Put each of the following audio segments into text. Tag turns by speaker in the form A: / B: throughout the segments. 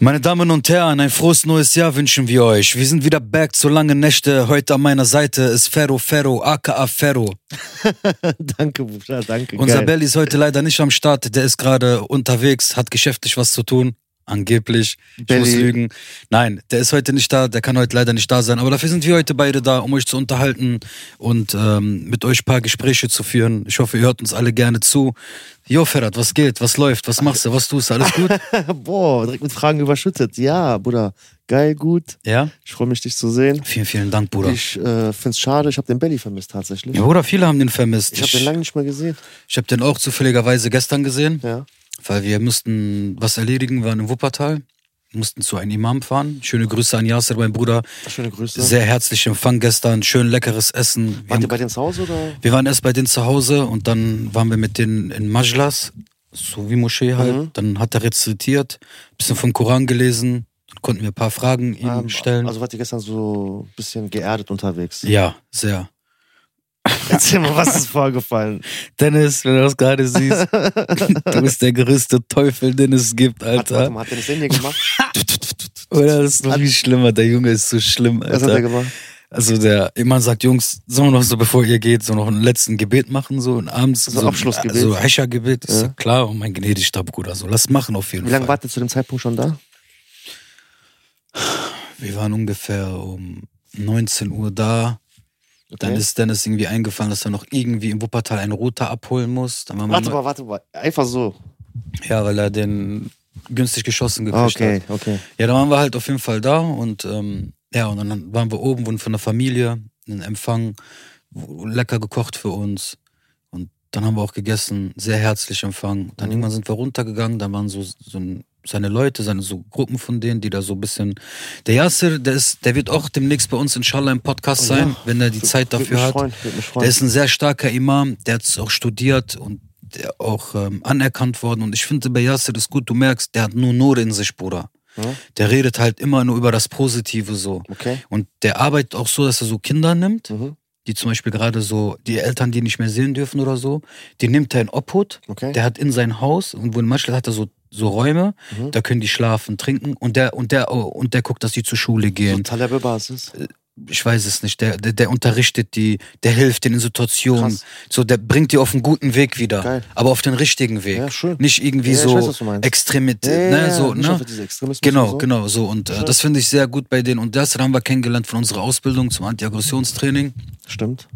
A: Meine Damen und Herren, ein frohes neues Jahr wünschen wir euch. Wir sind wieder back zu lange Nächte. Heute an meiner Seite ist Ferro Ferro, aka Ferro.
B: danke, Bruder, danke.
A: Unser
B: geil.
A: Belly ist heute leider nicht am Start. Der ist gerade unterwegs, hat geschäftlich was zu tun. Angeblich. Ich
B: Belly.
A: muss lügen. Nein, der ist heute nicht da. Der kann heute leider nicht da sein. Aber dafür sind wir heute beide da, um euch zu unterhalten und ähm, mit euch ein paar Gespräche zu führen. Ich hoffe, ihr hört uns alle gerne zu. Jo, Ferhat, was geht? Was läuft? Was machst du? Was tust du? Alles gut?
B: Boah, direkt mit Fragen überschüttet. Ja, Bruder, geil, gut.
A: ja?
B: Ich freue mich, dich zu sehen.
A: Vielen, vielen Dank, Bruder.
B: Ich äh, finde es schade, ich habe den Belly vermisst tatsächlich.
A: Ja, Bruder, viele haben den vermisst.
B: Ich habe den lange nicht mehr gesehen.
A: Ich habe den auch zufälligerweise gestern gesehen,
B: Ja.
A: weil wir mussten was erledigen, waren in Wuppertal, mussten zu einem Imam fahren. Schöne Grüße an Yasser, mein Bruder.
B: Schöne Grüße.
A: Sehr herzlich Empfang gestern, schön leckeres Essen. Wir,
B: Wart ihr
A: haben,
B: bei dir ins Haus oder?
A: wir waren erst bei denen zu Hause und dann waren wir mit denen in Majlas, so wie Moschee halt.
B: Mhm.
A: Dann hat er rezitiert, bisschen vom Koran gelesen, dann konnten wir ein paar Fragen ihm
B: Ähm,
A: stellen.
B: Also wart ihr gestern so ein bisschen geerdet unterwegs?
A: ja, sehr.
B: Erzähl mal, was ist vorgefallen?
A: Dennis, wenn du das gerade siehst, du bist der größte Teufel, den es gibt,
B: Hat, warte
A: Alter.
B: mal, hat er das in dir gemacht?
A: Oder das ist noch viel schlimmer. Der Junge ist so schlimm,
B: Was hat er
A: Alter.
B: gemacht?
A: Also der immer sagt, Jungs, sollen wir noch so, bevor ihr geht, so noch einen letzten Gebet machen, so und abends
B: So Abschlussgebet.
A: So Hescher-Gebet. Ist ja. klar, und mein gnädigster Bruder, so lass machen auf jeden
B: Wie lange
A: Fall.
B: wart ihr zu dem Zeitpunkt schon da?
A: Wir waren ungefähr um 19 Uhr da. Dann
B: Okay.
A: ist Dennis irgendwie eingefallen, dass er noch irgendwie im Wuppertal einen Router abholen muss. Dann waren wir
B: Warte
A: neu-
B: mal, warte mal. Einfach so.
A: ja, weil er den günstig geschossen
B: Ah,
A: gekriegt hat.
B: Okay, okay.
A: Ja, dann waren wir halt auf jeden Fall da und ähm, ja, und dann waren wir oben, wurden von der Familie einen Empfang, wo- lecker gekocht für uns. Und dann haben wir auch gegessen, sehr herzlich empfangen. Dann
B: Mhm.
A: irgendwann sind wir runtergegangen, dann waren so, so ein- seine Leute, seine so Gruppen von denen, die da so ein bisschen. Der Yasser, der ist, der wird auch demnächst bei uns inshallah im Podcast
B: Oh ja.
A: sein, wenn er die Zeit
B: Würde
A: dafür
B: mich
A: hat.
B: freuen, würde mich freuen.
A: Der ist ein sehr starker Imam, der hat auch studiert und der auch ähm, anerkannt worden. Und ich finde, bei Yasser ist gut, du merkst, der hat nur Nur in sich, Bruder.
B: Ja.
A: Der redet halt immer nur über das Positive so.
B: Okay.
A: Und der arbeitet auch so, dass er so Kinder nimmt,
B: Mhm.
A: die zum Beispiel gerade so, die Eltern, die nicht mehr sehen dürfen oder so, die nimmt er in Obhut.
B: Okay.
A: Der hat in sein Haus, und wo in Manchmal hat er so, so Räume,
B: Mhm.
A: da können die schlafen, trinken und der, und der, oh, und der guckt, dass die zur Schule
B: so
A: gehen.
B: Talebe-Basis.
A: Äh, Ich weiß es nicht. Der, der, der unterrichtet die, der hilft denen in Situationen.
B: Krass.
A: So, der bringt die auf einen guten Weg wieder.
B: Geil.
A: Aber auf den richtigen Weg.
B: Ja, schön.
A: Nicht irgendwie
B: Ja, ich
A: so
B: weiß, was du meinst.
A: extrem mit,
B: Ja, ja,
A: ne,
B: ja,
A: so,
B: nicht
A: ne?
B: auf diese Extremismus
A: Genau,
B: und so.
A: genau, so. Und äh, das finde ich sehr gut bei denen. Und das haben wir kennengelernt von unserer Ausbildung zum Antiaggressionstraining.
B: Stimmt.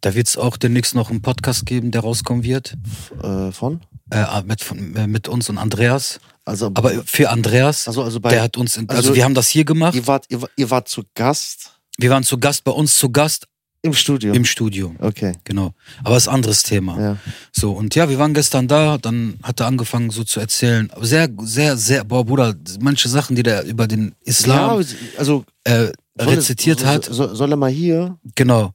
A: Da wird es auch demnächst noch einen Podcast geben, der rauskommen wird.
B: F- Äh, von?
A: Äh, mit, von, äh, mit uns und Andreas.
B: Also,
A: Aber für Andreas,
B: also, also bei,
A: der hat uns, in, also,
B: also-
A: wir haben das hier gemacht.
B: ihr, wart, ihr, wa- ihr wart zu Gast
A: Wir waren zu Gast, bei uns zu Gast
B: im Studio.
A: im Studio.
B: okay.
A: Genau. Aber ist ein anderes Thema.
B: Ja.
A: So, und ja, wir waren gestern da, dann hat er angefangen so zu erzählen. Sehr, sehr, sehr, boah, Bruder, manche Sachen, die der über den Islam
B: Ja, also,
A: äh,
B: soll-
A: rezitiert
B: so-
A: hat.
B: so- Soll er mal hier?
A: Genau.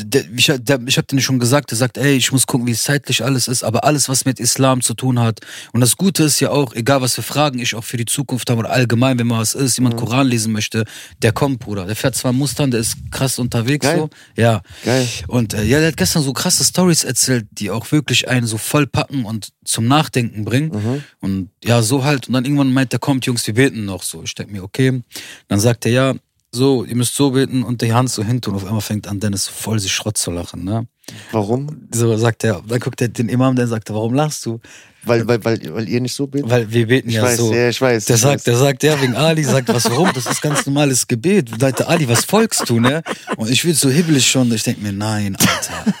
A: Der, ich der, ich habe denen schon gesagt, der sagt, ey, ich muss gucken, wie es zeitlich alles ist, aber alles, was mit Islam zu tun hat. Und das Gute ist ja auch, egal was für Fragen ich auch für die Zukunft habe oder allgemein, wenn mal was ist, jemand Koran lesen möchte, der kommt, Bruder. Der fährt zwar Mustern, der ist krass unterwegs
B: Geil.
A: so. Ja.
B: Geil.
A: Und äh, ja, der hat gestern so krasse Stories erzählt, die auch wirklich einen so voll packen und zum Nachdenken bringen. Und ja, so halt. Und dann irgendwann meint er, kommt, Jungs, wir beten noch so. Ich denke mir, okay. Dann sagt er, ja, so, ihr müsst so beten und die Hand so hinten und auf einmal fängt an, Dennis voll sich Schrott zu lachen, ne?
B: Warum?
A: So sagt er, dann guckt er den Imam, der sagt, warum lachst du?
B: Weil, weil, weil, weil ihr nicht so betet?
A: Äh, Weil wir beten
B: ich
A: ja
B: weiß,
A: so.
B: ja, ich weiß.
A: Der
B: ich
A: sagt,
B: weiß.
A: der sagt, ja, wegen Ali, sagt, was, warum? Das ist ganz normales Gebet. Leute, Ali, was folgst du, ne? Und ich will so hibbelig schon. Ich denk mir, nein, Alter.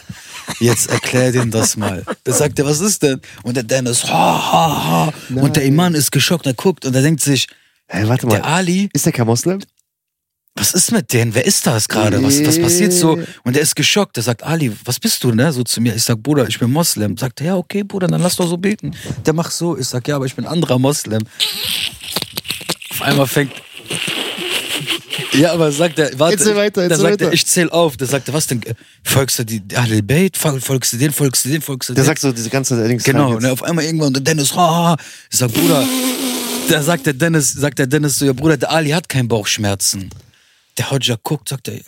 A: Jetzt erklär denen das mal. Da sagt er, was ist denn? Und der Dennis, ha, ha, ha. Und der Iman ist geschockt, er guckt und er denkt sich,
B: Hey, warte
A: der
B: mal.
A: Ali,
B: Ist der kein Moslem?
A: was ist mit denen? Wer ist das gerade? Was, was passiert so? Und er ist geschockt. Er sagt, Ali, was bist du, ne? So zu mir. Ich sag, Bruder, ich bin Moslem. Sagt er, ja, okay, Bruder, dann lass doch so beten. Der macht so. Ich sag, ja, aber ich bin anderer Moslem. Auf einmal fängt. Ja, aber sagt er, warte.
B: Erzähl weiter,
A: dann
B: erzähl
A: sagt er,
B: weiter.
A: ich zähl auf. Der sagt, er, was denn? äh, Folgst du die Ahlul Bayt? Fol- Folgst du den? Folgst du den? Folgst du den?
B: Der sagt so diese ganze Dings.
A: Genau,
B: jetzt.
A: ne, auf einmal irgendwann der Dennis, ha, ha. Ich sag, Bruder, da sagt der Dennis, sagt der Dennis so, ja Bruder, der Ali hat keinen Bauchschmerzen. Der Hodja guckt, sagt er,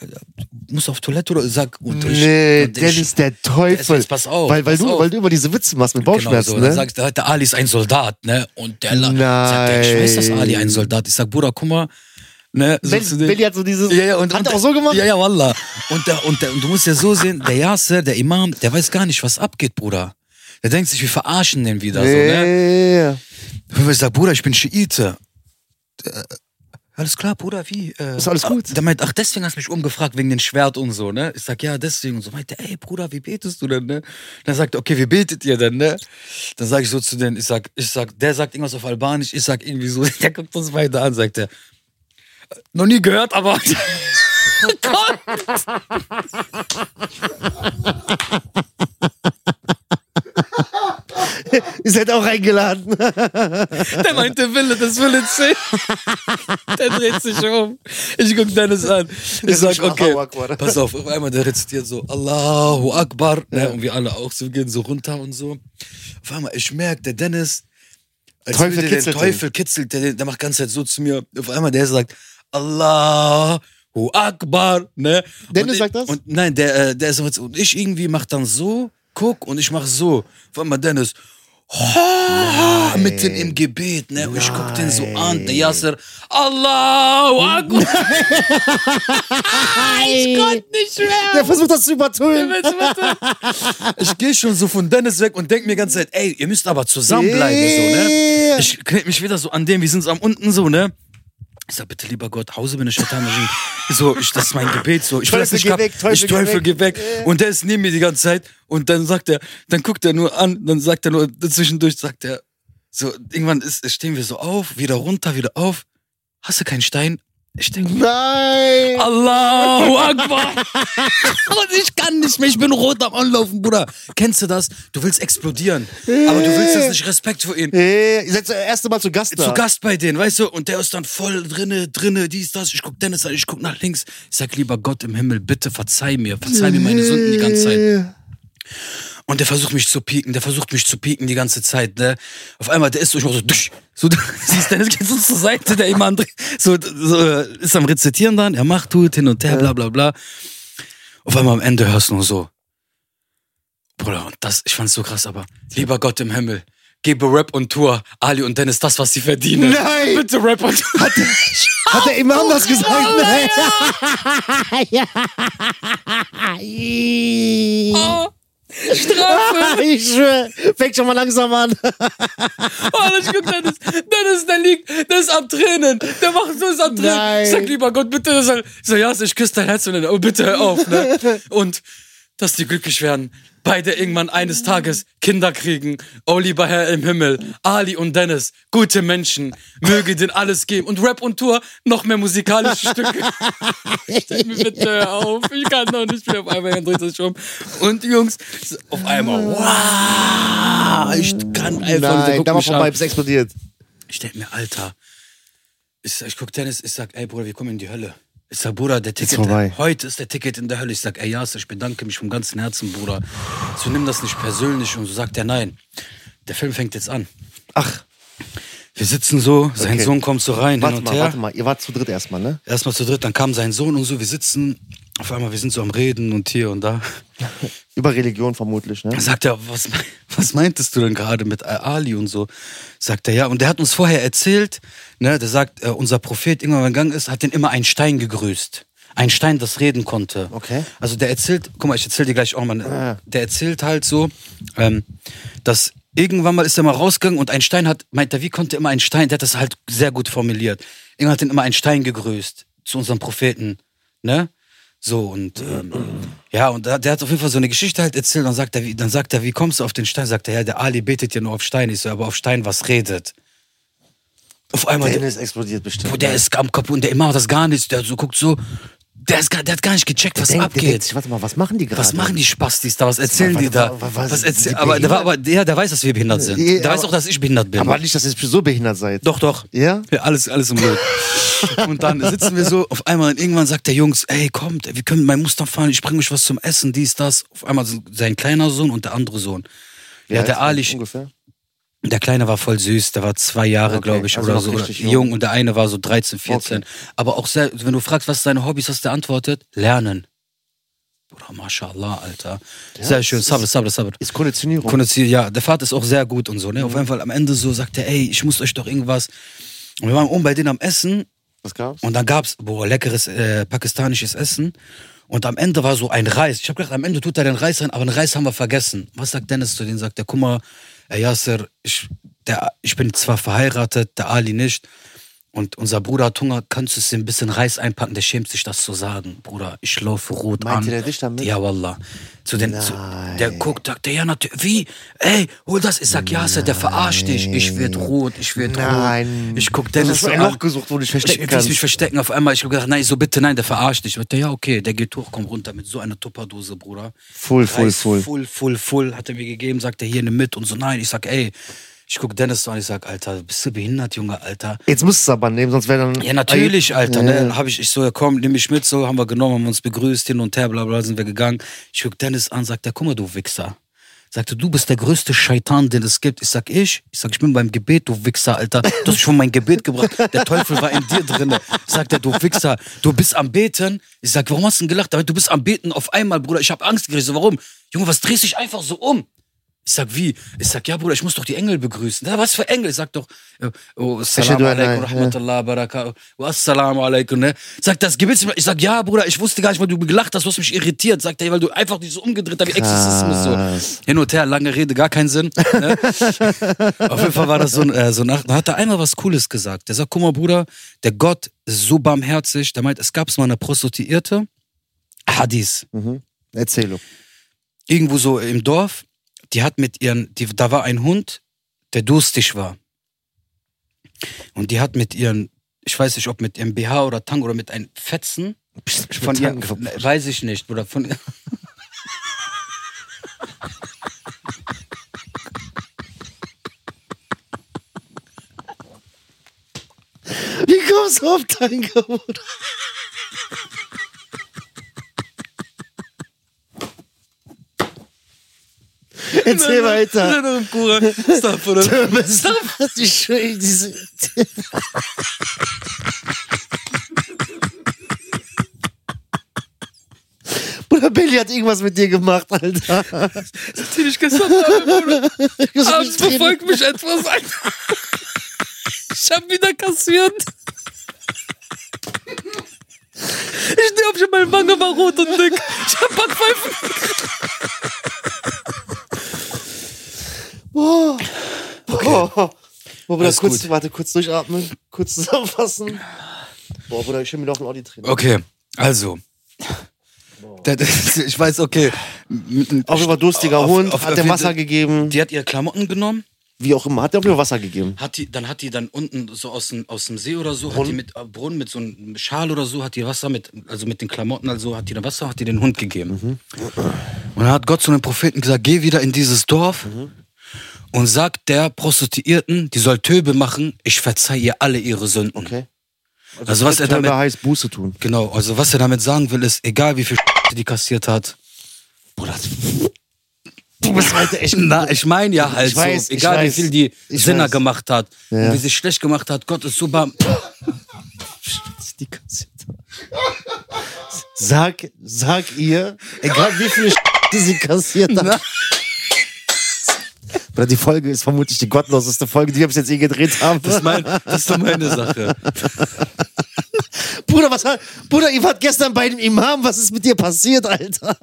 A: muss auf Toilette oder sag und ich-
B: Nee,
A: und ich- Genau
B: Dennis, der
A: ist
B: Teufel.
A: jetzt- pass auf,
B: weil, weil,
A: pass
B: du,
A: auf.
B: weil du immer diese Witze machst mit Bauchschmerzen,
A: Genau so. Dann
B: ne?
A: sagst du, halt, der Ali ist ein Soldat, ne? Und der la-
B: Nein.
A: sagt, der, ich weiß, dass Ali ein Soldat ist. Ich sag, Bruder, guck mal, ne? So zu
B: Belly
A: dem-
B: Belly hat so dieses.
A: ja, ja, und,
B: hat
A: und,
B: er auch so gemacht?
A: Ja, ja, Wallah. Und, der, und, der, und du musst ja so sehen, der Yasser, der Imam, der weiß gar nicht, was abgeht, Bruder. Der denkt sich, wir verarschen den wieder, so, ne?
B: ja,
A: Wenn ich sage, Bruder, ich bin Schiite. Äh, Alles klar, Bruder, wie? Äh,
B: Ist alles gut?
A: ah, Der meint, ach, deswegen hast du mich umgefragt, wegen dem Schwert und so, ne? Ich sag, ja, deswegen. Und so meint er, ey, Bruder, wie betest du denn, ne? Dann sagt er, okay, wie betet ihr denn, ne? Dann sag ich so zu denen, ich sag, ich sag, der sagt irgendwas auf Albanisch, ich sag irgendwie so, der guckt uns beide an, sagt er. Noch nie gehört, aber.
B: Ist halt auch reingeladen.
A: Der meinte Wille, das Wille C. Der dreht sich um. Ich guck Dennis an. Ich sag,
B: schon
A: okay,
B: Allahu Akbar.
A: pass auf. Auf einmal, der rezitiert so, Allahu Akbar. Ne, und wir alle auch so, gehen so runter und so. Auf einmal, ich merke, der Dennis, als
B: Teufel
A: würde der
B: kitzelt
A: Teufel kitzelt, der, der macht ganze Zeit so zu mir. Auf einmal, der sagt, Allahu Akbar. Ne?
B: Dennis
A: Und ich-
B: sagt das?
A: Und nein, der, äh, der ist immer so, und ich irgendwie mach dann so, guck, und ich mach so. Auf einmal, Dennis, Ah, mit denen im Gebet, ne? Und ich guck den so an, der Yasser, Allahu Akbar. ich konnte nicht mehr.
B: Der versucht das zu übertönen.
A: Ich gehe schon so von Dennis weg und denk mir die ganze Zeit, ey, ihr müsst aber zusammenbleiben, so, ne?
B: Yeah.
A: Ich knete mich wieder so an dem, wir sind so am unten, so, ne? Ich sag, bitte, lieber Gott, Hause bin ich Shaitan Rajim. So, ich, das ist mein Gebet, so. Ich will das
B: Teufel,
A: nicht
B: geh
A: kap-
B: weg, Teufel,
A: ich
B: geh
A: Teufel, Äh.
B: weg.
A: geh weg. Und der ist neben mir die ganze Zeit. Und dann sagt er, dann guckt er nur an, dann sagt er nur, zwischendurch sagt er, so, irgendwann ist, stehen wir so auf, wieder runter, wieder auf. Hast du keinen Stein? Ich denk,
B: Nein!
A: Allahu Akbar. Und ich kann nicht mehr, ich bin rot am Anlaufen, Bruder. Kennst du das? Du willst explodieren, aber du willst jetzt nicht Respekt vor ihnen.
B: Hey, ihr seid das erste Mal zu Gast da.
A: Zu Gast bei denen, weißt du? Und der ist dann voll drinne, drinne, dies, das. Ich guck Dennis an, ich guck nach links. Ich sag, lieber Gott im Himmel, bitte verzeih mir, verzeih mir meine Sünden die ganze Zeit. Und der versucht mich zu pieken, der versucht mich zu pieken die ganze Zeit, ne? Auf einmal, der ist so, ich mach so, dusch, so, du siehst, Dennis geht so zur Seite, der immer andere, so, so, äh, ist am Rezitieren dann, er macht, tut, hin und her, bla, bla, bla. Auf einmal am Ende hörst du nur so, Bruder, und das, ich fand's so krass, aber, lieber Gott im Himmel, gebe Rap und Tour, Ali und Dennis das, was sie verdienen.
B: Nein!
A: Bitte Rap und Tour.
B: Hat der Imam das gesagt? Nein! Ja.
A: Oh, Strafe!
B: Ich schwöre, fängt schon mal langsam an.
A: Oh, ich guck Dennis, Dennis, der liegt, der ist am Tränen, der macht so, ist am Tränen.
B: Nein.
A: Ich sag, lieber Gott, bitte, das soll, ich so, ja, ich küsse dein Herz und dann, oh, bitte hör auf, ne? Und, dass die glücklich werden, beide irgendwann eines Tages Kinder kriegen, oh, lieber Herr im Himmel, Ali und Dennis, gute Menschen, möge denen alles geben und Rap und Tour, noch mehr musikalische Stücke. Stell mir bitte hör auf, ich kann noch nicht mehr, auf einmal Herrn dreht sich um. Und Jungs, auf einmal, wow, ich kann einfach nicht, der
B: Nein,
A: guckt
B: da war
A: mich an.
B: vorbei, bis explodiert.
A: Ich denk mir, Alter, ich, sag, ich guck Dennis, ich sag, ey Bruder, wir kommen in die Hölle. Ich sag, Bruder, der Ticket,
B: vorbei.
A: heute ist der Ticket in der Hölle. Ich sag, ey Yasser, ich bedanke mich vom ganzen Herzen, Bruder. So nimm das nicht persönlich und so sagt er, nein. Der Film fängt jetzt an.
B: Ach,
A: Wir sitzen so, sein
B: Okay.
A: Sohn kommt so rein,
B: warte
A: hin und
B: mal,
A: her.
B: warte mal. Ihr wart zu dritt erstmal, ne?
A: Erstmal zu dritt, dann kam sein Sohn und so, wir sitzen, auf einmal, wir sind so am Reden und hier und da.
B: Über Religion vermutlich, ne?
A: Dann sagt er, was, me- was meintest du denn gerade mit Ali und so? Sagt er, ja. Und der hat uns vorher erzählt, ne, der sagt, äh, unser Prophet, irgendwann gegangen ist, hat den immer einen Stein gegrüßt. Ein Stein, das reden konnte.
B: Okay.
A: Also der erzählt, guck mal, ich erzähl dir gleich auch mal, ne? der erzählt halt so, ähm, dass irgendwann mal ist er mal rausgegangen und ein Stein hat, meint er, wie konnte immer ein Stein, der hat das halt sehr gut formuliert. Irgendwann hat ihn immer ein Stein gegrüßt zu unserem Propheten, ne? So und ähm, ja, und da- der hat auf jeden Fall so eine Geschichte halt erzählt. Dann sagt er, wie, dann sagt er, wie kommst du auf den Stein? Sagt er, ja, der Ali betet ja nur auf Stein. Ich so, aber auf Stein was redet. Auf einmal,
B: Der
A: der,
B: Dennis explodiert bestimmt.
A: Bro, der ist am Kopf und der Imam hat das gar nicht. Der so guckt so, der, ist, gar- der hat gar nicht gecheckt, was
B: Denk- der denkt
A: abgeht.
B: sich, Warte mal, was machen die gerade?
A: Was machen die Spastis da? Was erzählen die da?
B: wa- wa- was-
A: Was erzähl
B: die
A: aber, der war, aber
B: behindert?
A: der, der weiß, dass wir behindert sind.
B: Ja,
A: Der weiß
B: aber-
A: auch, dass ich behindert bin.
B: Aber nicht, dass ihr so behindert seid.
A: Doch, doch.
B: Ja?
A: alles, alles im Bild. und dann sitzen wir so, auf einmal, und irgendwann sagt der Jungs, ey, kommt, wir können mein Muster fahren, ich bringe euch was zum Essen, dies, das. Auf einmal sind sein kleiner Sohn und der andere Sohn. Ja,
B: Wie alt
A: der
B: war
A: Ali,
B: Ungefähr.
A: Der Kleine war voll süß, der war zwei Jahre,
B: Okay,
A: glaube ich,
B: also
A: oder
B: noch
A: so. Oder
B: richtig
A: jung.
B: jung.
A: und der eine war so 13, 14. Aber auch sehr, wenn du fragst, was seine Hobbys, was der antwortet, lernen. Bruder, mashallah, Alter. sehr schön,
B: es
A: sabr,
B: ist-
A: sabr, sabr.
B: Ist Mhm. Konditionierung.
A: Konnotiert, ja, der Vater ist auch sehr gut und so, ne? Auf jeden Fall am Ende so sagt er, ey, ich muss euch doch irgendwas. Und wir waren oben bei denen am Essen
B: Was gab's?
A: und dann gab's, boah, leckeres äh, pakistanisches Essen. Und am Ende war so ein Reis. Ich habe gedacht, am Ende tut er den Reis rein, aber den Reis haben wir vergessen. Was sagt Dennis zu denen? Sagt er, guck mal, Herr Yasser, ich, der, ich bin zwar verheiratet, der Ali nicht. Und unser Bruder hat Hunger, kannst du es ein bisschen Reis einpacken? Der schämt sich, das zu sagen. Bruder, ich laufe rot
B: Meinte
A: an.
B: der dich damit?
A: Ja, Wallah. Zu den, zu,
B: Nein.
A: der guckt, sagt er, ja, natürlich. Wie? Ey, hol das. Ich sag, Yasser, der verarscht dich. Ich werd rot, ich werd
B: Nein.
A: rot. Ich guck
B: Du
A: Dennis
B: hast ein
A: so
B: Loch gesucht, wo du dich verstecken
A: ich,
B: kannst.
A: Ich mich verstecken auf einmal. Ich hab gedacht, nein, so bitte, nein, der verarscht dich. Ich dachte, Ja, okay, der geht hoch, komm runter mit so einer Tupperdose, Bruder.
B: Full, full,
A: Reis,
B: full.
A: Full, full, full. Hat er mir gegeben, sagt er, hier, nimm mit und so. Nein, ich sag, ey. Ich guck Dennis so an, ich sag, Alter, bist du behindert, Junge, Alter?
B: Jetzt musst du es aber nehmen, sonst wäre dann.
A: Ja, natürlich, Alter.
B: Ja,
A: Ne?
B: ja.
A: Dann hab ich, ich so, ja, komm, nimm mich mit, so haben wir genommen, haben uns begrüßt, hin und her, bla bla, sind wir gegangen. Ich guck Dennis an, sagt er, guck mal, du Wichser. Sagte, du bist der größte Scheitan, den es gibt. Ich sag, ich? Ich sag, ich bin beim Gebet, du Wichser, Alter. Du hast mich von meinem Gebet gebracht. Der Teufel war in dir drin. Sagt er, du Wichser, du bist am Beten. Ich sag, warum hast du denn gelacht? Aber Du bist am Beten auf einmal, Bruder. Ich habe Angst gekriegt. So, warum? Junge, was drehst du dich einfach so um? Ich sag, wie? Ich sag, ja, Bruder, ich muss doch die Engel begrüßen. Na, was für Engel? Ich sag doch, äh, oh, Assalamu
B: Ashhadu an la-
A: alaikum, rahmatullah, barakatuh, wa assalamu alaikum, ne? Sagt das Gebet, ich sag, ja, Bruder, ich wusste gar nicht, weil du gelacht hast, du hast mich irritiert. Sagt er, weil du einfach nicht so umgedreht hast, wie
B: Ah,
A: Exorzismus,
B: Krass.
A: so. Hin und her, lange Rede, gar keinen Sinn. Ne? Auf jeden Fall war das so ein, äh, so ein Ach- Da hat er einmal was Cooles gesagt. Der sagt, guck mal, Bruder, der Gott ist so barmherzig. Der meint, es gab mal eine Prostituierte, Hadith
B: Mhm. Erzählung.
A: irgendwo so im Dorf, die hat mit ihren, die, da war ein Hund, der durstig war. Und die hat mit ihren, ich weiß nicht, ob mit ihrem BH oder Tang oder mit einem Fetzen von ihr,
B: Tanken-
A: Ne, weiß ich nicht, oder von ihr.
B: Wie kommst du auf Tango? Bruder? Erzähl weiter. Stop. Ich schwöre, diese. Bruder Billy hat irgendwas mit dir gemacht, Alter.
A: Natürlich gestern Bruder.
B: Das ist
A: Abends
B: nicht
A: verfolgt mich etwas. Alter. Ich hab wieder kassiert. Ich stehe auf, ich hab meine Wange war rot und dick. Ich hab Backpfeifen.
B: drin. Boah. Boah. Boah, Bruder,
A: Alles
B: kurz,
A: gut.
B: warte, kurz durchatmen, kurz zusammenfassen. Boah, Bruder, ich will mir noch ein Audi trinken.
A: Okay, also. Das, das, ich weiß, okay.
B: Auf jeden Fall durstiger Hund,
A: auf-
B: hat dem
A: auf-
B: Wasser gegeben,
A: Die hat ihre Klamotten genommen,
B: wie auch immer, hat der auf jeden Fall Wasser gegeben.
A: hat die, dann hat die dann unten so aus dem, aus dem See oder so, hat die mit äh, Brunnen, mit so einem Schal oder so, hat die Wasser mit, also mit den Klamotten, also hat die dann Wasser, hat die den Hund gegeben.
B: Mhm.
A: Und dann hat Gott zu den Propheten gesagt, geh wieder in dieses Dorf
B: Mhm.
A: und sag der Prostituierten, die soll Töbe machen, ich verzeih ihr alle ihre Sünden.
B: Okay.
A: Also was er damit-
B: Töne heißt Buße tun.
A: Genau, also was er damit sagen will, ist, egal wie viel die kassiert hat,
B: Bruder, du bist heute echt.
A: Na, ich meine ja halt
B: Ich weiß,
A: so,
B: ich
A: egal wie
B: weiß,
A: viel die
B: ich
A: Sinner
B: weiß.
A: gemacht hat
B: Ja.
A: und wie sie schlecht gemacht hat, Gott ist super.
B: Die kassiert. Sag, sag ihr, egal wie viel die sie kassiert hat. Bruder, die Folge ist vermutlich die gottloseste Folge, die wir bis jetzt eh gedreht haben.
A: Das ist, mein, das ist doch meine Sache.
B: Bruder, was hat, Bruder, ihr wart gestern bei dem Imam, was ist mit dir passiert, Alter?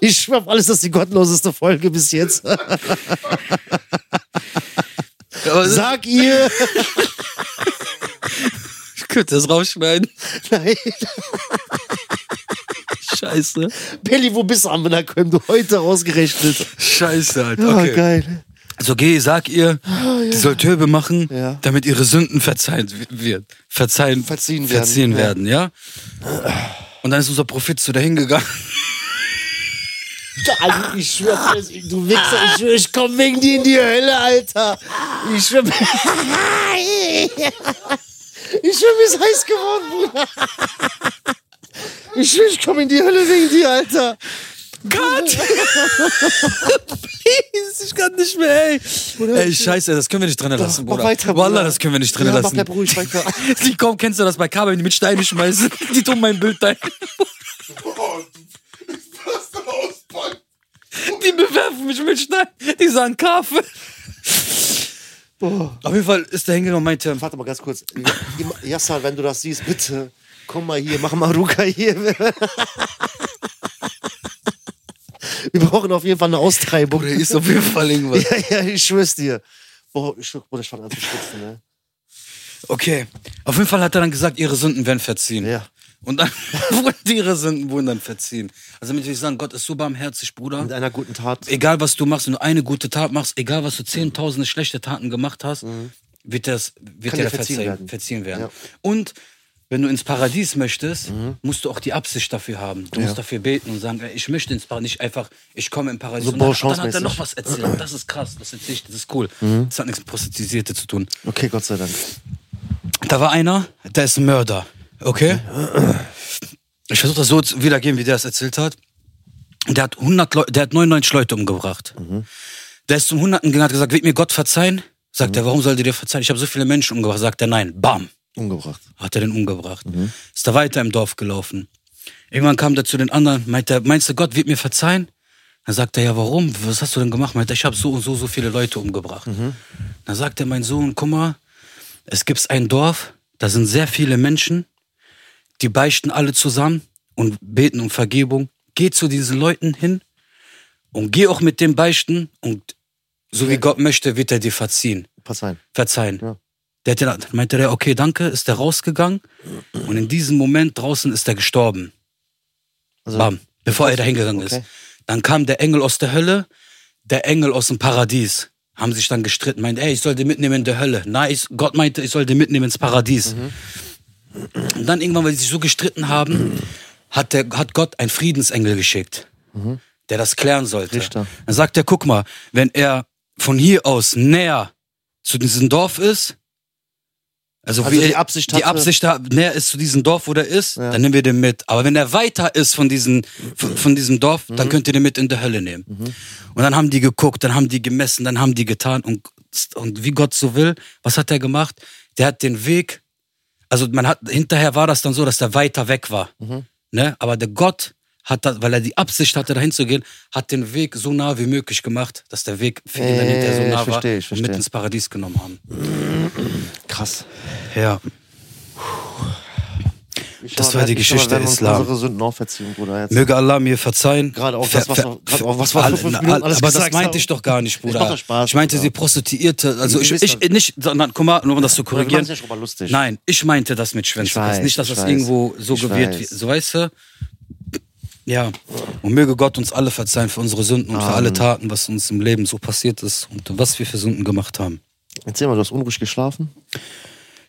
B: Ich schwör auf alles, das ist die gottloseste Folge bis jetzt.
A: Aber das,
B: Sag ihr,
A: ich könnte das rausschneiden.
B: nein,
A: Scheiße.
B: Billy, wo bist du am Nacken? Du heute rausgerechnet.
A: Scheiße, Alter.
B: Ah,
A: Okay.
B: geil.
A: Also geh, sag ihr, die soll Töbe machen,
B: Oh, Ja.
A: damit ihre Sünden verzeihen wird. Verzeihen,
B: Verziehen werden,
A: verziehen
B: ja.
A: werden, ja? Und dann ist unser Prophet zu dahin gegangen.
B: Also, ich schwör, auf alles, du Wichser, ich schwör, ich komm wegen dir in die Hölle, Alter. Ich schwör, ich schwör, mir ist heiß geworden, Bruder. Ich schwör, ich komm in die Hölle wegen dir, Alter.
A: Gott! Please, ich kann nicht mehr, ey.
B: ruhig, Bruder.
A: Ey, scheiße, das können wir nicht drinnen lassen,
B: mach
A: Bruder.
B: weiter,
A: Wallah,
B: Bruder.
A: das können wir nicht drinnen
B: Ja, mach,
A: lassen.
B: bleib ruhig, weiter.
A: Die kommen, kennst du das bei Kabel, wenn die mit Steinen schmeißen? Die tun mein Bild rein.
C: Boah, du- was da auspackt.
A: Die bewerfen mich mit Steinen. Die sagen Kaffee.
B: Boah.
A: Auf jeden Fall ist der hingegangen und meinte,
B: Warte mal ganz kurz. Yassar, wenn du das siehst, bitte komm mal hier, mach mal Ruka hier. Wir brauchen auf jeden Fall eine Austreibung.
A: Bruder, hier ist auf jeden Fall irgendwas.
B: Ja, ja, ich schwör's dir. Boah, ich, Bruder, ich fang an zu schwitzen, ne?
A: Okay. Auf jeden Fall hat er dann gesagt, ihre Sünden werden verziehen.
B: Ja.
A: Und dann wurden ihre Sünden wurden dann verziehen. Also damit will ich sagen, Gott ist so barmherzig, Bruder.
B: Mit einer guten Tat.
A: egal was du machst, wenn du eine gute Tat machst, egal was du zehntausende schlechte Taten gemacht hast, wird das wird
B: Mhm. Kann
A: dir verziehen
B: dir verziehen
A: werden.
B: werden.
A: Verziehen werden.
B: Ja. Mhm.
A: Und wenn du ins Paradies möchtest, musst du auch die Absicht dafür haben. Du musst dafür beten und sagen, ey, ich möchte ins Paradies, nicht einfach, ich komme im Paradies.
B: So
A: und dann, dann hat er
B: Bauchchancemäßig. Mhm.
A: noch was erzählt. Das ist krass, das erzähle ich, das ist cool. Das hat nichts mit Prostituierte zu tun.
B: Okay, Gott sei Dank.
A: Da war einer, der ist ein Mörder. Okay? Ich versuche das so zu wiedergeben, wie der es erzählt hat. Und Der hat, 100 Leu der hat 99 Leute umgebracht. Der ist zum Hunderten gegangen, hat gesagt, wird mir Gott verzeihen? Sagt er, warum soll der dir verzeihen? Ich habe so viele Menschen umgebracht. Sagt er, nein. Bam.
B: Umgebracht.
A: Hat er den umgebracht. Ist da weiter im Dorf gelaufen. Irgendwann kam der zu den anderen, meint er, meinst du, Gott wird mir verzeihen? Dann sagt er, ja, warum? Was hast du denn gemacht? Meint er, ich habe so und so, so viele Leute umgebracht. Dann sagt er, mein Sohn, guck mal, es gibt ein Dorf, da sind sehr viele Menschen, die beichten alle zusammen und beten um Vergebung. Geh zu diesen Leuten hin und geh auch mit dem beichten und so wie Gott möchte, wird er dir verziehen
B: Pass ein.
A: verzeihen.
B: Ja.
A: Der hat den, dann meinte der, okay, danke, ist der rausgegangen und in diesem Moment draußen ist er gestorben.
B: Also,
A: Bam, bevor er da hingegangen ist.
B: Okay.
A: Dann kam der Engel aus der Hölle, der Engel aus dem Paradies. Haben sich dann gestritten, meint, ey, ich soll den mitnehmen in der Hölle. Nein, ich, Gott meinte, ich soll den mitnehmen ins Paradies.
B: Mhm.
A: Und dann irgendwann, weil sie sich so gestritten haben, hat, der, hat Gott einen Friedensengel geschickt, der das klären sollte.
B: Mhm. Richter.
A: Dann sagt er, guck mal, wenn er von hier aus näher zu diesem Dorf ist, also,
B: Also
A: wie
B: die
A: er-
B: Absicht
A: die
B: hatte-
A: Absicht da näher ist zu diesem Dorf, wo der ist, dann nehmen wir den mit. Aber wenn er weiter ist von, diesen, von, von diesem Dorf,
B: Mhm.
A: dann könnt ihr den mit in die Hölle nehmen. Und dann haben die geguckt, dann haben die gemessen, dann haben die getan. Und, und wie Gott so will, was hat er gemacht? Der hat den Weg also man hat hinterher war das dann so, dass der weiter weg war.
B: Mhm.
A: Ne? Aber der Gott hat das, weil er die Absicht hatte, dahin zu gehen, hat den Weg so nah wie möglich gemacht, dass der Weg für ihn dann
B: Äh,
A: hinterher so
B: ich
A: nah war
B: verstehe, ich
A: und mit
B: verstehe.
A: ins Paradies genommen haben.
B: Krass.
A: Ja.
B: Ich
A: Das
B: schau
A: war
B: mal,
A: die
B: ich schau
A: Geschichte
B: mal, werden uns
A: Islam.
B: Unsere Sünden auch verziehen, Bruder. Jetzt.
A: Möge Allah mir verzeihen.
B: Gerade auch das, was
A: Ver-
B: wir-
A: ver-
B: gerade auch was wir vor
A: alle-
B: fünf Minuten alles
A: Aber das
B: gesagt
A: meinte
B: haben.
A: ich doch gar nicht, Bruder.
B: mach doch Spaß,
A: ich meinte,
B: Bruder.
A: sie prostituierte. Also
B: Wir
A: ich,
B: wissen
A: ich nicht, sondern guck mal, nur um das zu
B: Oder wir
A: korrigieren.
B: machen's ja schon mal lustig.
A: Nein, ich meinte das mit Schwänzen.
B: Ich weiß,
A: nicht, dass
B: ich
A: das
B: weiß.
A: irgendwo so
B: Ich
A: gewirrt
B: weiß.
A: wird. So weißt du? Ja. Und möge Gott uns alle verzeihen für unsere Sünden und für alle Taten, was uns im Leben so passiert ist und was wir für Sünden gemacht haben.
B: Erzähl mal, du hast unruhig geschlafen?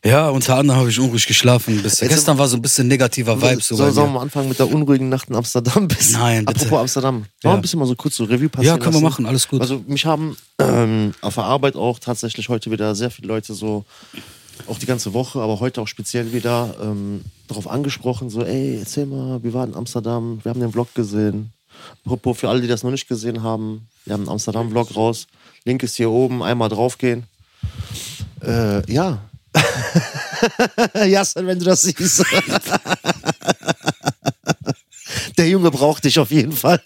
A: Ja, unter anderem habe ich unruhig geschlafen. ein bisschen.
B: Jetzt-
A: Gestern war so ein bisschen negativer Vibe. So bei
B: Sollen wir
A: mir.
B: mal anfangen mit der unruhigen Nacht in Amsterdam? Bis
A: Nein, bitte.
B: Apropos Amsterdam. Wollen wir
A: Ja.
B: ein bisschen mal so kurz so Review
A: Ja,
B: passieren
A: können wir
B: lassen?
A: machen, alles gut.
B: Also mich haben ähm, auf der Arbeit auch tatsächlich heute wieder sehr viele Leute so, auch die ganze Woche, aber heute auch speziell wieder ähm, darauf angesprochen, so ey, erzähl mal, wir waren in Amsterdam, wir haben den Vlog gesehen. Apropos für alle, die das noch nicht gesehen haben, wir haben einen Amsterdam-Vlog raus. Link ist hier oben, einmal draufgehen. Äh, ja. Jasen, wenn du das siehst. Der Junge braucht dich auf jeden Fall.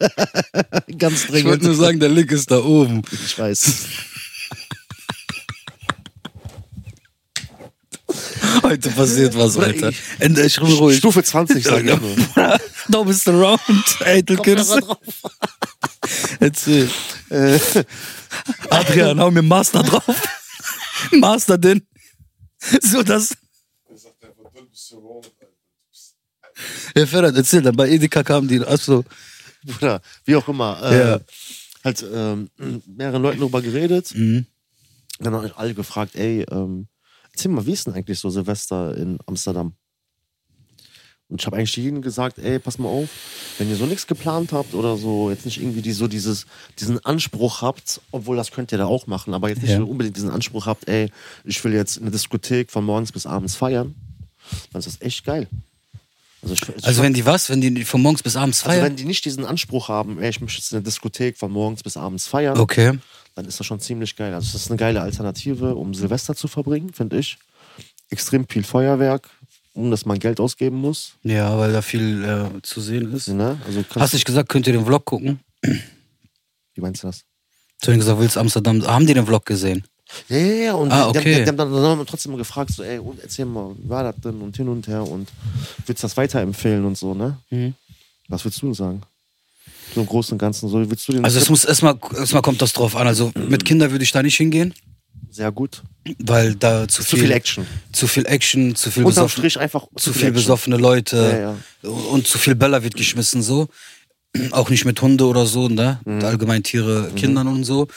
B: Ganz
A: ich wollte nur
B: dringend.
A: sagen, der Link ist da oben.
B: Ich weiß.
A: Heute passiert was, Alter.
B: ich-
A: Ende, ich bin ruhig.
B: Stufe 20, sag ich nur.
A: Da bist du round. Ey, du kennst. Erzähl. äh, Adrian, hau mir Master drauf. Master den. So dass.
C: Er sagt einfach, du bist so wrong, Alter.
A: Ja, Ferhat, erzähl dann. Bei Edeka kamen die. Achso.
B: Oder wie auch immer. Äh,
A: Ja.
B: Halt ähm, mit mehreren Leuten darüber geredet.
A: Mhm.
B: Dann haben alle gefragt, ey, ähm, erzähl mal, wie ist denn eigentlich so Silvester in Amsterdam? Und ich habe eigentlich jedem gesagt, ey, pass mal auf, wenn ihr so nichts geplant habt oder so, jetzt nicht irgendwie die, so dieses, diesen Anspruch habt, obwohl das könnt ihr da auch machen, aber jetzt nicht
A: Ja.
B: unbedingt diesen Anspruch habt, ey, ich will jetzt eine Diskothek von morgens bis abends feiern, dann ist das echt geil. Also, ich, ich
A: Also wenn die was, wenn die von morgens bis abends
B: Also
A: feiern?
B: wenn die nicht diesen Anspruch haben, ey, ich möchte jetzt in der Diskothek von morgens bis abends feiern,
A: okay.
B: dann ist das schon ziemlich geil. Also das ist eine geile Alternative, um Silvester zu verbringen, finde ich. Extrem viel Feuerwerk, um das man Geld ausgeben muss.
A: Ja, weil da viel äh, zu sehen ist.
B: Ne? Also kannst,
A: Hast du nicht gesagt, könnt ihr den Vlog gucken?
B: Wie meinst du das?
A: Ich habe gesagt, willst du Amsterdam? Haben die den Vlog gesehen?
B: Ja, ja, ja. Und
A: Ah,
B: die,
A: okay.
B: haben- die, haben dann, dann haben wir trotzdem mal gefragt, so, ey, und erzähl mal, wie war das denn und hin und her und willst du das weiterempfehlen und so, ne? Was würdest du sagen? So im Großen und Ganzen, so willst du den
A: Also es
B: Tipp?
A: muss erstmal, erstmal kommt das drauf an. Also mit Kindern würde ich da nicht hingehen,
B: sehr gut.
A: weil da zu
B: Zu
A: viel,
B: viel Action.
A: zu viel Action, zu viel
B: Unterm
A: besoffen,
B: Strich einfach
A: zu viel
B: Action.
A: besoffene Leute und zu viel Bella wird geschmissen so. Auch nicht mit Hunde oder so, ne?
B: Mhm.
A: Allgemein Tiere, Kindern und so.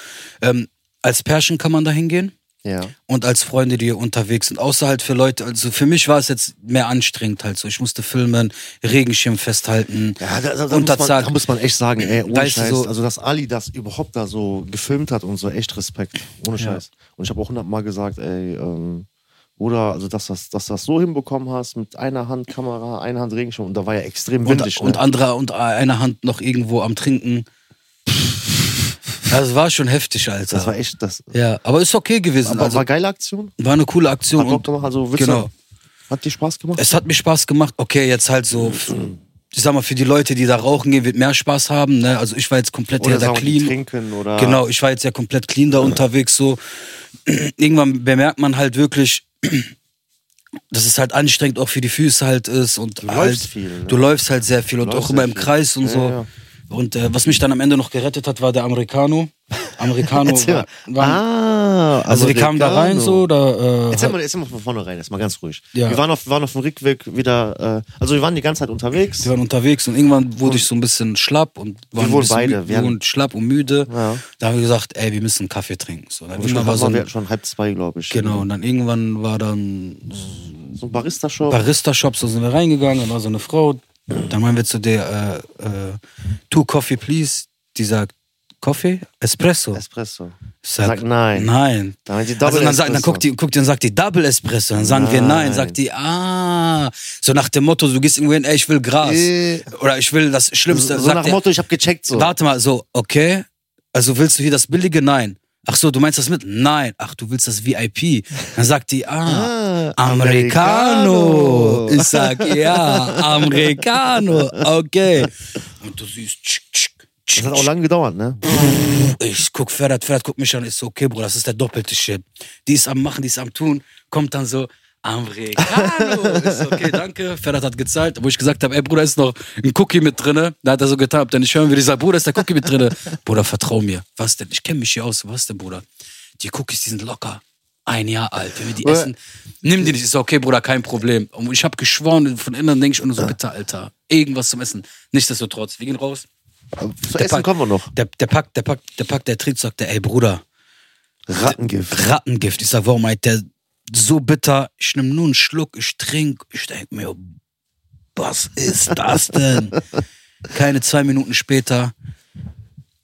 A: Ähm, als Pärchen kann man da hingehen.
B: Ja.
A: und als Freunde, die unterwegs sind. Außer halt für Leute, also für mich war es jetzt mehr anstrengend halt so. Ich musste filmen, Regenschirm festhalten,
B: Ja, da, da, da, muss man,
A: Unterzack.
B: da muss man echt sagen, ey, ohne
A: Da ist
B: Scheiß.
A: so-
B: also, dass Ali das überhaupt da so gefilmt hat und so, echt Respekt. Ohne Scheiß. Und ich habe auch hundertmal gesagt, ey, ähm, oder, also, dass das, dass das so hinbekommen hast, mit einer Hand Kamera, einer Hand Regenschirm. Und da war ja extrem
A: und,
B: windig.
A: und
B: ne?
A: anderer und eine Hand noch irgendwo am Trinken. Das war schon heftig, Alter.
B: Das war echt, das
A: ja, aber ist okay gewesen.
B: aber
A: also,
B: war geile Aktion.
A: war eine coole Aktion.
B: Hat Bock
A: Und
B: gemacht, also, willst
A: genau.
B: du, hat dir Spaß gemacht?
A: Es hat mir Spaß gemacht. Okay, jetzt halt so. Ich sag mal, für die Leute, die da rauchen gehen, wird mehr Spaß haben. Ne? Also ich war jetzt komplett ja,
B: oder
A: da
B: sagen,
A: clean.
B: die trinken oder.
A: Genau, ich war jetzt ja komplett clean da unterwegs so. Irgendwann bemerkt man halt wirklich, dass es halt anstrengend auch für die Füße halt ist und du halt,
B: läufst viel, ne?
A: Du läufst halt sehr viel und
B: läufst
A: auch immer
B: sehr
A: im
B: viel.
A: Kreis und
B: Ja,
A: so.
B: ja.
A: Und äh, was mich dann am Ende noch gerettet hat, war der Americano. Americano
B: Erzähl mal.
A: war, war
B: ah,
A: also wir kamen da rein so, da äh,
B: Erzähl mal, erzähl mal von vorne rein, erstmal ganz ruhig.
A: Ja.
B: Wir waren auf, waren auf dem Rückweg wieder, äh, also wir waren die ganze Zeit unterwegs.
A: Wir waren unterwegs und irgendwann wurde ich so ein bisschen schlapp und waren ein
B: wurden
A: bisschen
B: beide,
A: mü-
B: wir hatten-
A: wurden schlapp und müde.
B: Ja.
A: Da haben wir gesagt, ey, wir müssen einen Kaffee trinken. So, dann
B: Und ich
A: bin aber
B: war
A: so
B: so
A: ein,
B: schon halb zwei, glaube ich.
A: genau, und dann irgendwann war dann
B: So ein Barista-Shop.
A: Barista-Shops, da sind wir reingegangen, da war so eine Frau. Dann meinen wir zu der äh, äh, Two Coffee Please, die sagt Coffee? Espresso.
B: Espresso.
A: Ich sag,
B: Sagt nein.
A: Nein.
B: Da meint die Double
A: Also dann, sagt, dann
B: Espresso.
A: guckt die, guckt die und sagt die Double Espresso. Dann sagen wir nein.
B: Nein.
A: Sagt die, ah. So nach dem Motto, du gehst irgendwo hin, ey, ich will Gras.
B: Äh.
A: Oder ich will das Schlimmste.
B: So, so
A: Sagt
B: nach
A: der,
B: Motto, ich habe gecheckt so.
A: Warte mal, so, okay. Also willst du hier das Billige? Nein. Ach so, du meinst das mit? Nein. Ach, du willst das VIP? Dann sagt die, ah,
B: Ah,
A: Americano.
B: Americano.
A: Ich sag, ja, Americano. Okay. Und du siehst, tschick, tschick,
B: Das
A: tschick,
B: hat auch lange gedauert, ne?
A: ich guck Ferhat, Ferhat guckt mich an, ist so, okay, Bruder, das ist der doppelte Shit. Die ist am Machen, die ist am Tun, kommt dann so, Americano. ist so, okay, danke. Ferhat hat gezahlt, wo ich gesagt habe, ey Bruder, ist noch ein Cookie mit drinne. Da hat er so getan, ob der nicht hören würde. Ich sag, Bruder, ist der Cookie mit drinne. Bruder, vertrau mir. Was denn? Ich kenne mich hier aus. Was denn, Bruder? Die Cookies, die sind locker. Ein Jahr alt. Wenn wir die
B: Bruder.
A: essen, nimm die nicht. Ist so, okay, Bruder, kein Problem. Und ich habe geschworen, von innen denke ich nur so, bitte, Alter, irgendwas zum Essen. Nichtsdestotrotz, wir gehen raus.
B: Zu Essen
A: Pakt-
B: kommen wir noch.
A: Der, der packt, der packt, der packt, der trinkt, sagt der, ey Bruder,
B: Rattengift.
A: Rattengift. Ich sag, warum meint der so bitter? Ich nehme nur einen Schluck, ich trinke. Ich denk mir, was ist das denn? Keine zwei Minuten später,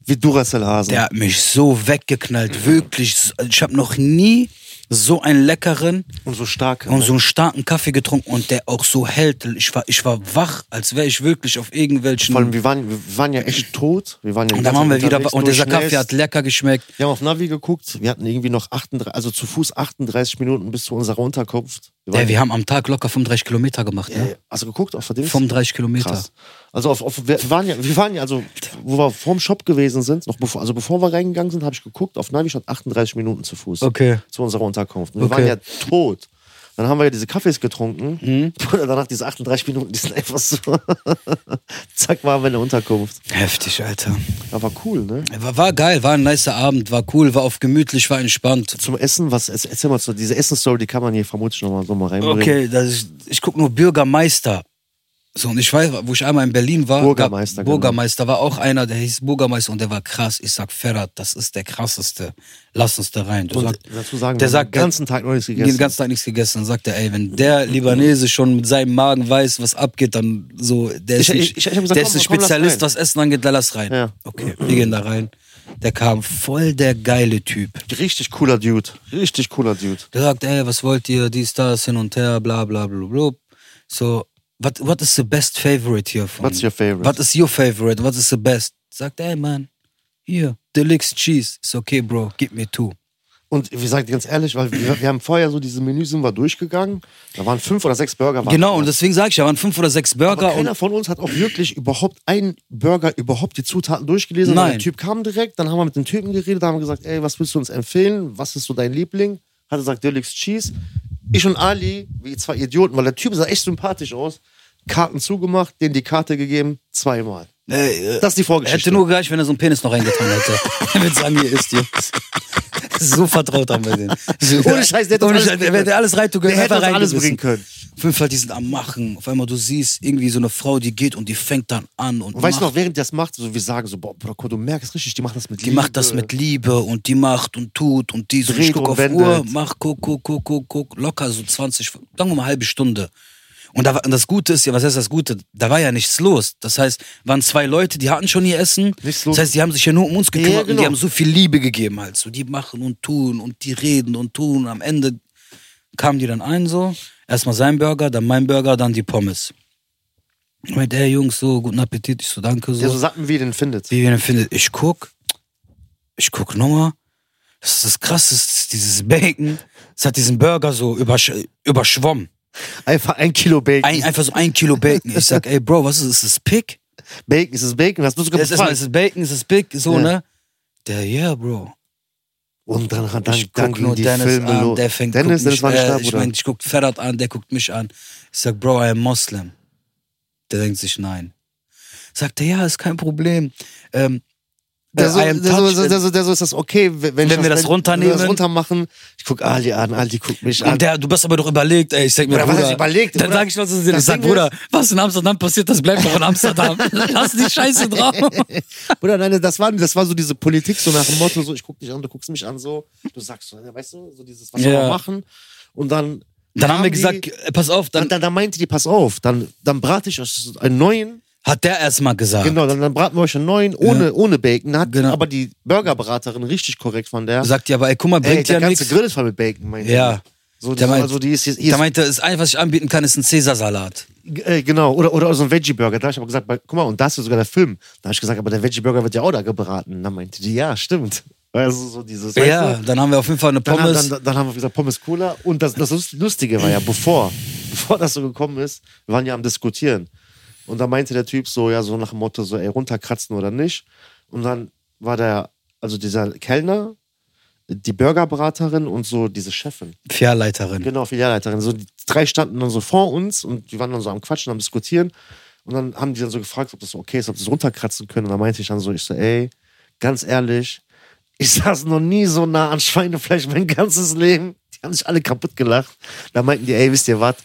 B: Wie Duracell-Hasen.
A: der hat mich so weggeknallt, wirklich. Ich habe noch nie so einen leckeren
B: Und so stark.
A: und
B: ne?
A: so einen starken Kaffee getrunken und der auch so hält. Ich war, ich war wach, als wäre ich wirklich auf irgendwelchen.
B: Vor allem, wir waren, wir waren ja echt tot. Wir waren ja die
A: und dann
B: ganze
A: waren wir
B: Zeit
A: wieder
B: unterwegs,
A: und
B: nur
A: dieser
B: schnellst.
A: Kaffee hat lecker geschmeckt.
B: Wir haben auf Navi geguckt. Wir hatten irgendwie noch 38, also zu Fuß 38 Minuten bis zu unserer Unterkunft. Wir
A: Ey,
B: waren-
A: wir haben am Tag locker 35 Kilometer gemacht, ne?
B: Ey, Hast du geguckt auf der Dings?
A: 35 Kilometer.
B: Krass. Also auf, auf, wir waren ja, wir waren ja, also wo wir vorm Shop gewesen sind, noch bevor, also bevor wir reingegangen sind, habe ich geguckt, auf Navi stand 38 Minuten zu Fuß
A: Okay.
B: zu unserer Unterkunft. Und wir
A: Okay.
B: waren ja tot. Dann haben wir ja diese Kaffees getrunken.
A: Mhm.
B: Bruder, danach diese 38 Minuten, die sind einfach so. Zack, waren wir in der Unterkunft.
A: Heftig, Alter.
B: Aber cool, ne?
A: War, war geil, war ein nicer Abend, war cool, war auf gemütlich, war entspannt.
B: Zum Essen, was erzähl mal zu diese Essen-Story, die kann man hier vermutlich nochmal so mal reinbringen.
A: Okay, das ist, ich guck nur Bürgermeister. So, und ich weiß, wo ich einmal in Berlin war.
B: Bürgermeister,
A: gab,
B: genau.
A: Bürgermeister war auch einer, der hieß Bürgermeister und der war krass. Ich sag, Ferrat, das ist der krasseste. Lass uns da rein. Du
B: Und
A: sagst,
B: dazu sagen,
A: der
B: wir haben
A: sagt,
B: den ganzen Tag noch nichts gegessen.
A: Den ganzen Tag nichts gegessen. Dann sagt er, ey, wenn der Libanese schon mit seinem Magen weiß, was abgeht, dann so, der ist,
B: Ich-
A: nicht,
B: ich- ich hab gesagt,
A: der ist
B: komm,
A: ein
B: komm, lass
A: Spezialist,
B: rein.
A: was Essen angeht, da lass rein.
B: Ja.
A: Okay, wir gehen da rein. Der kam voll der geile Typ.
B: Richtig cooler Dude. Richtig cooler Dude.
A: Der sagt, ey, was wollt ihr, dies, das, hin und her, bla, bla, bla, bla. So, what, what is the best favorite hier von?
B: What's your favorite?
A: What is your favorite? What is the best? Sagt, ey, Mann, hier, Deluxe Cheese. Ist okay, Bro, gib mir two.
B: Und wir sagen ganz ehrlich, weil wir, wir haben vorher so diese Menü sind wir durchgegangen. Da waren fünf oder sechs Burger. waren
A: Genau,
B: da.
A: und deswegen sage ich, da waren fünf oder sechs
B: Aber
A: Burger und
B: keiner von uns hat auch wirklich überhaupt einen Burger, überhaupt die Zutaten durchgelesen.
A: Nein.
B: Und Der Typ kam direkt, dann haben wir mit dem Typen geredet, haben gesagt, ey, was willst du uns empfehlen? Was ist so dein Liebling? Hat er gesagt, Deluxe Cheese. Ich und Ali, wie zwei Idioten, weil der Typ sah echt sympathisch aus. Karten zugemacht, denen die Karte gegeben, zweimal.
A: Ey,
B: Das ist die
A: er
B: Vorgeschichte.
A: Äh, hätte nur gereicht, wenn er so einen Penis noch reingetan hätte. er würde sagen, hier ist Jungs. So vertraut haben wir den.
B: Ohne Scheiß, der hätte uns
A: Ohne
B: alles
A: Scheiß, der
B: bringen
A: hätte alles
B: Der hätte uns
A: rein
B: alles bringen können.
A: Auf jeden Fall, die sind am Machen. Auf einmal, du siehst irgendwie so eine Frau, die geht und die fängt dann an und,
B: Und weißt du
A: macht,
B: noch, während der das macht, so, wir sagen so, boah, Bro, du merkst richtig, die machen das mit
A: die macht das mit Liebe und die macht und tut und dies. Und ich
B: Dreht
A: guck
B: und
A: auf
B: wendet.
A: Uhr, mach, guck, guck, guck, guck, guck, locker so 20, sagen wir mal halbe Stunde. Und, da, war- und das Gute ist ja, was heißt das Gute? Da war ja nichts los. Das heißt, waren zwei Leute, die hatten schon ihr Essen.
B: Nichts los.
A: Das heißt, die haben sich ja nur um uns gekümmert
B: Ja,
A: und
B: genau.
A: die haben so viel Liebe gegeben halt. So, die machen und tun und die reden und tun. Am Ende kamen die dann ein so. Erstmal sein Burger, dann mein Burger, dann die Pommes. Ich meinte, ey Jungs, so, guten Appetit. Ich so, danke. So.
B: Ja, so satten wie ihr den findet.
A: Wie wir den findet. Ich guck, ich guck nochmal. Das ist das Krasseste, dieses Bacon. Es hat diesen Burger so übersch überschwommen.
B: Einfach ein Kilo Bacon.
A: Ein, einfach so ein Kilo Bacon. Ich sag, ey Bro, was ist das? Ist das Pick?
B: Bacon, ist es Bacon? Das muss
A: Jetzt erstmal, ist es Bacon, ist es Pick? So,
B: Ja.
A: ne? Der, yeah, Bro.
B: Und dann, dann,
A: Ich
B: dann
A: guck
B: gingen
A: nur
B: die
A: Dennis
B: Filme
A: an,
B: los.
A: der fängt
B: Dennis,
A: guckt
B: Dennis
A: mich,
B: war nicht da,
A: äh, Ich
B: Bruder.
A: mein, ich guck Ferhat an, der guckt mich an. Ich sag, Bro, I am Muslim. Der denkt sich, nein. Sagt er, ja, ist kein Problem. Ähm,
B: der, so,
A: I
B: der,
A: am
B: so,
A: touched-
B: der, so, der so ist das okay, wenn,
A: Wenn
B: ich
A: wir das runternehmen?
B: Wenn wir das runtermachen. Ich guck Ali an, Ali guckt mich an.
A: Und der, du bist aber doch überlegt, ey. Ich sag mir,
B: Oder was
A: Bruder,
B: heißt überlegt,
A: Dann
B: Bruder?
A: sag ich noch zu dir,
B: Das
A: ich sag,
B: Ding ist-
A: Bruder, was in Amsterdam passiert, das bleibt doch in Amsterdam. Lass die Scheiße drauf.
B: Bruder, nein, das war, das war so diese Politik, so nach dem Motto, so ich guck dich an, du guckst mich an, so, du sagst so, weißt du, so dieses, was
A: Ja.
B: wir machen. Und dann.
A: Dann haben wir
B: kamen die-
A: gesagt, äh, pass auf,
B: Dann,
A: dann
B: dann, dann meinte die, pass auf, dann, dann brate ich euch einen neuen,
A: hat der erstmal gesagt.
B: genau, dann, dann braten wir euch einen neuen, ohne, ohne Bacon. Dann Hat
A: Genau.
B: aber die Burgerbraterin richtig korrekt von der.
A: Sagt ja, aber ey, guck mal,
B: Ey,
A: bringt
B: der
A: ja
B: ganze
A: nichts.
B: Grill ist voll mit Bacon, meinte
A: Ja.
B: die. So,
A: Der
B: die,
A: meint-
B: also die ist, die
A: Da
B: ist
A: meinte, das Einzige, was ich anbieten kann, ist ein Cäsarsalat.
B: Äh, genau, oder, oder so ein Veggie-Burger. Da habe ich aber gesagt, bei- guck mal, und das ist sogar der Film. Da habe ich gesagt, aber der Veggie-Burger wird ja auch da gebraten. Dann meinte die, ja, stimmt. Also so dieses, weißt
A: Ja,
B: du?
A: dann haben wir auf jeden Fall eine
B: Dann,
A: Pommes.
B: Dann, dann, dann haben wir gesagt, Pommes Cola. Und das, das Lust- Lustige war ja, bevor, bevor das so gekommen ist, wir waren ja am Diskutieren. Und da meinte der Typ so, ja, so nach dem Motto, so, ey, runterkratzen oder nicht. Und dann war der, also dieser Kellner, die Burgerbraterin und so diese Chefin.
A: Fährleiterin.
B: Genau, Filialleiterin. So, die drei standen dann so vor uns und die waren dann so am Quatschen, am Diskutieren. Und dann haben die dann so gefragt, ob das so okay ist, ob sie es runterkratzen können. Und dann meinte ich dann so, ich so, ey, ganz ehrlich, ich saß noch nie so nah an Schweinefleisch mein ganzes Leben. Die haben sich alle kaputt gelacht. Da meinten die, ey, wisst ihr was?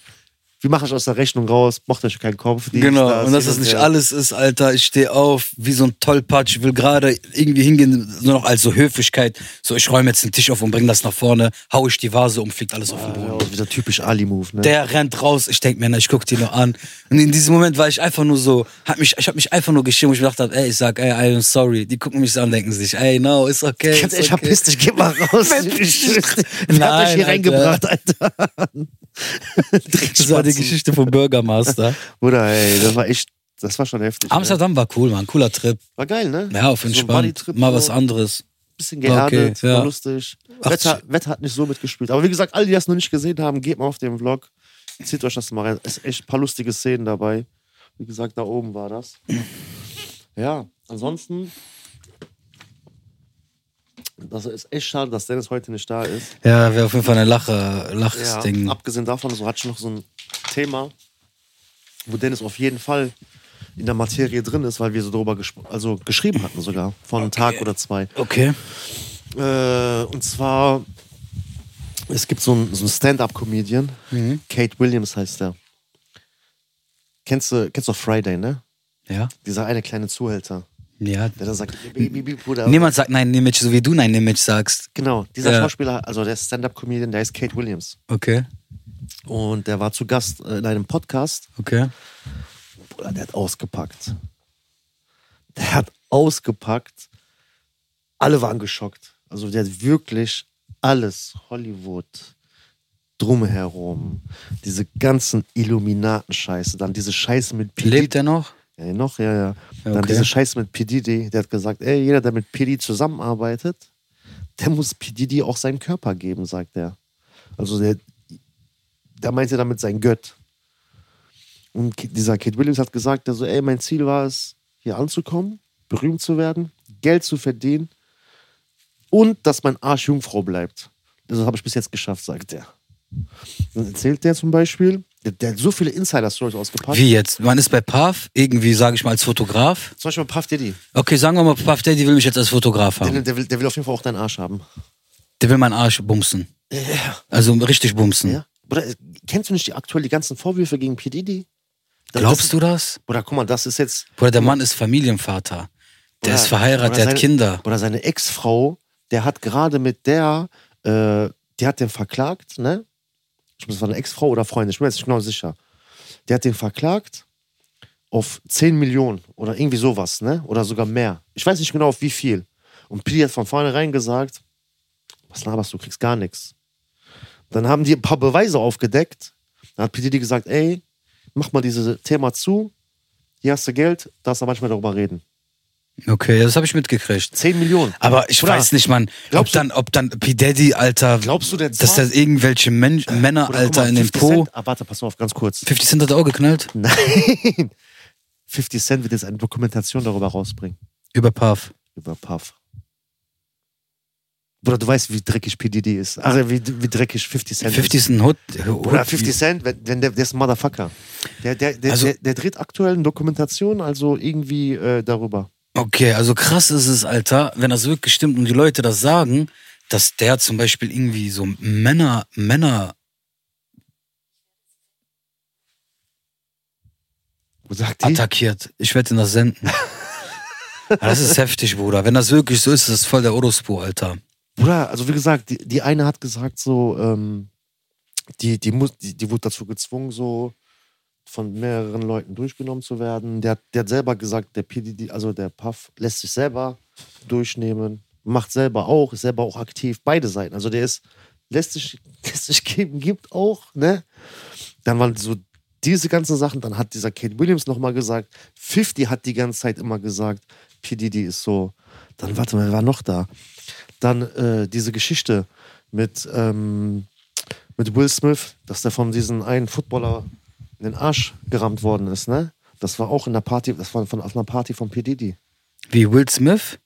B: Wir machen euch aus der Rechnung raus, macht euch keinen Kopf. dies,
A: Genau, und dass das
B: hin
A: nicht
B: her.
A: alles ist, Alter, ich stehe auf wie so ein Tollpatsch, will gerade irgendwie hingehen, nur noch als so Höflichkeit, so ich räume jetzt den Tisch auf und bring das nach vorne, hau ich die Vase um, fliegt alles auf den Boden.
B: Ja, also wieder typisch Ali-Move, ne?
A: Der rennt raus. Ich denk mir, na, ich guck die nur an. Und in diesem Moment war ich einfach nur so, hab mich, ich hab mich einfach nur geschämt, wo ich mir gedacht hab, ey, ich sag, ey, I'm sorry. Die gucken mich so an, denken sich, ey, no, ist okay. ist
B: Ganz ehrlich,
A: okay.
B: verpiss dich, geh mal raus. Wer hat euch
A: Nein,
B: hier
A: Alter.
B: reingebracht, Alter?
A: Das war die Geschichte vom Bürgermeister.
B: Bruder, ey, das war echt, das war schon heftig. ne?
A: Amsterdam war cool, Mann. Cooler Trip.
B: War geil, ne?
A: Ja, auf
B: So ein
A: entspannt.
B: Bodytrip,
A: Mal
B: so
A: was anderes.
B: Bisschen
A: War okay,
B: geerdet,
A: ja.
B: war lustig.
A: Ach,
B: Wetter, Wetter hat nicht so mitgespielt. Aber wie gesagt, alle, die das noch nicht gesehen haben, geht mal auf den Vlog. Zieht euch das mal rein. Es ist echt ein paar lustige Szenen dabei. Wie gesagt, da oben war das. Ja, ansonsten. Das ist echt schade, dass Dennis heute nicht da ist.
A: Ja, wäre auf jeden Fall eine Lache,
B: Ja,
A: Lachsding.
B: abgesehen davon, so hat schon noch so ein Thema, wo Dennis auf jeden Fall in der Materie drin ist, weil wir so drüber gespro- also geschrieben hatten sogar, vor einem Tag oder zwei.
A: Okay.
B: Äh, und zwar, es gibt so einen so einen Stand-Up-Comedian,
A: Mhm.
B: Kate Williams heißt der. Kennst du, kennst du Friday, ne?
A: Ja.
B: Dieser eine kleine Zuhälter,
A: Ja.
B: der dann sagt, "Bi- bi- bi- Bruder.
A: Niemand sagt nein, Image, so wie du nein, Image sagst.
B: Genau, dieser
A: Ja.
B: Schauspieler, also der Stand-Up-Comedian, der heißt Kate Williams.
A: Okay.
B: Und der war zu Gast äh, in einem Podcast.
A: Okay.
B: Bruder, der hat ausgepackt. Der hat ausgepackt. Alle waren geschockt. Also der hat wirklich alles. Hollywood, drumherum, diese ganzen Illuminaten-Scheiße, dann diese Scheiße mit P.
A: Lebt er noch?
B: Ja, noch, ja, ja. Dann
A: okay.
B: diese Scheiße mit P. Diddy, der hat gesagt, ey, jeder, der mit P. Diddy zusammenarbeitet, der muss P. Diddy auch seinen Körper geben, sagt er. Also der, der meinte damit sein Gött. Und Ki- dieser Kid Williams hat gesagt, der so, ey, mein Ziel war es, hier anzukommen, berühmt zu werden, Geld zu verdienen und dass mein Arsch Jungfrau bleibt. Das habe ich bis jetzt geschafft, sagt er. Dann erzählt der zum Beispiel, der, der hat so viele Insider-Stories ausgepackt.
A: Wie jetzt? Man ist bei Puff, irgendwie, sage ich mal, als Fotograf.
B: Zum Beispiel Puff Diddy.
A: Okay, sagen wir mal, Puff Daddy will mich jetzt als Fotograf
B: Der,
A: haben.
B: der, will, der will auf jeden Fall auch deinen Arsch haben.
A: Der will meinen Arsch bumsen. Also richtig bumsen.
B: Ja? Bruder, äh, kennst du nicht die aktuell die ganzen Vorwürfe gegen P. Diddy? Das- das,
A: Glaubst du das?
B: Bruder, guck mal, das ist jetzt.
A: Bruder, der Mann ist Familienvater. Der
B: Bruder,
A: ist verheiratet,
B: Bruder,
A: der hat
B: seine-
A: Kinder.
B: Bruder, seine Ex-Frau, der hat gerade mit der, äh, die hat den verklagt, ne? Ich glaube, das war eine Ex-Frau oder Freundin, ich bin mir jetzt nicht genau sicher. Der hat den verklagt auf 10 Millionen oder irgendwie sowas, ne? Oder sogar mehr. Ich weiß nicht genau, auf wie viel. Und P. hat von vornherein gesagt, was laberst du, kriegst gar nichts. Dann haben die ein paar Beweise aufgedeckt. Dann hat P. Diddy gesagt, ey, mach mal dieses Thema zu. Hier hast du Geld, darfst aber nicht mehr darüber reden.
A: Okay, das habe ich mitgekriegt.
B: 10 Millionen.
A: Aber ich
B: Bruder,
A: weiß nicht, Mann, ob
B: glaubst du-
A: dann, ob dann P. Daddy, Alter,
B: Glaubst du, der
A: dass da
B: zahlt?
A: irgendwelche Men Männer,
B: Oder guck
A: Alter,
B: mal,
A: in den
B: 50
A: Po.
B: Cent, ah, warte, pass auf, ganz kurz.
A: 50 Cent hat er auch geknallt?
B: Nein! 50 Cent wird jetzt eine Dokumentation darüber rausbringen.
A: Über Puff.
B: Über Puff. Bruder, du weißt, wie dreckig PDD ist. Ach, wie, wie dreckig 50 Cent
A: 50
B: ist.
A: ist ein Hut.
B: Oder 50 Cent, wenn, wenn der, der ist ein Motherfucker. Der, der, der,
A: Also-
B: der, der dreht aktuell eine Dokumentation, also irgendwie äh, darüber.
A: Okay, also krass ist es, Alter, wenn das wirklich stimmt und die Leute das sagen, dass der zum Beispiel irgendwie so Männer, Männer,
B: Wo sagt die?
A: attackiert. Ich werde ihn das senden. Ja, das ist heftig, Bruder. Wenn das wirklich so ist, ist das voll der Orospo, Alter.
B: Bruder, also wie gesagt, die, die eine hat gesagt, so, ähm, die, die, muss, die, die wurde dazu gezwungen, so von mehreren Leuten durchgenommen zu werden. Der, hat- der hat selber gesagt, der PDD, also der Puff, lässt sich selber durchnehmen, macht selber auch, ist selber auch aktiv, beide Seiten. Also der ist, lässt sich, lässt sich geben, gibt auch, ne? Dann waren so diese ganzen Sachen, dann hat dieser Kate Williams nochmal gesagt, 50 hat die ganze Zeit immer gesagt, PDD ist so. Dann, warte mal, wer war noch da? dann äh, diese Geschichte mit, ähm, mit Will Smith, dass der von diesem einen Footballer in den Arsch gerammt worden ist, ne? Das war auch in der Party, das war von auf einer Party von P. Diddy.
A: Wie Will Smith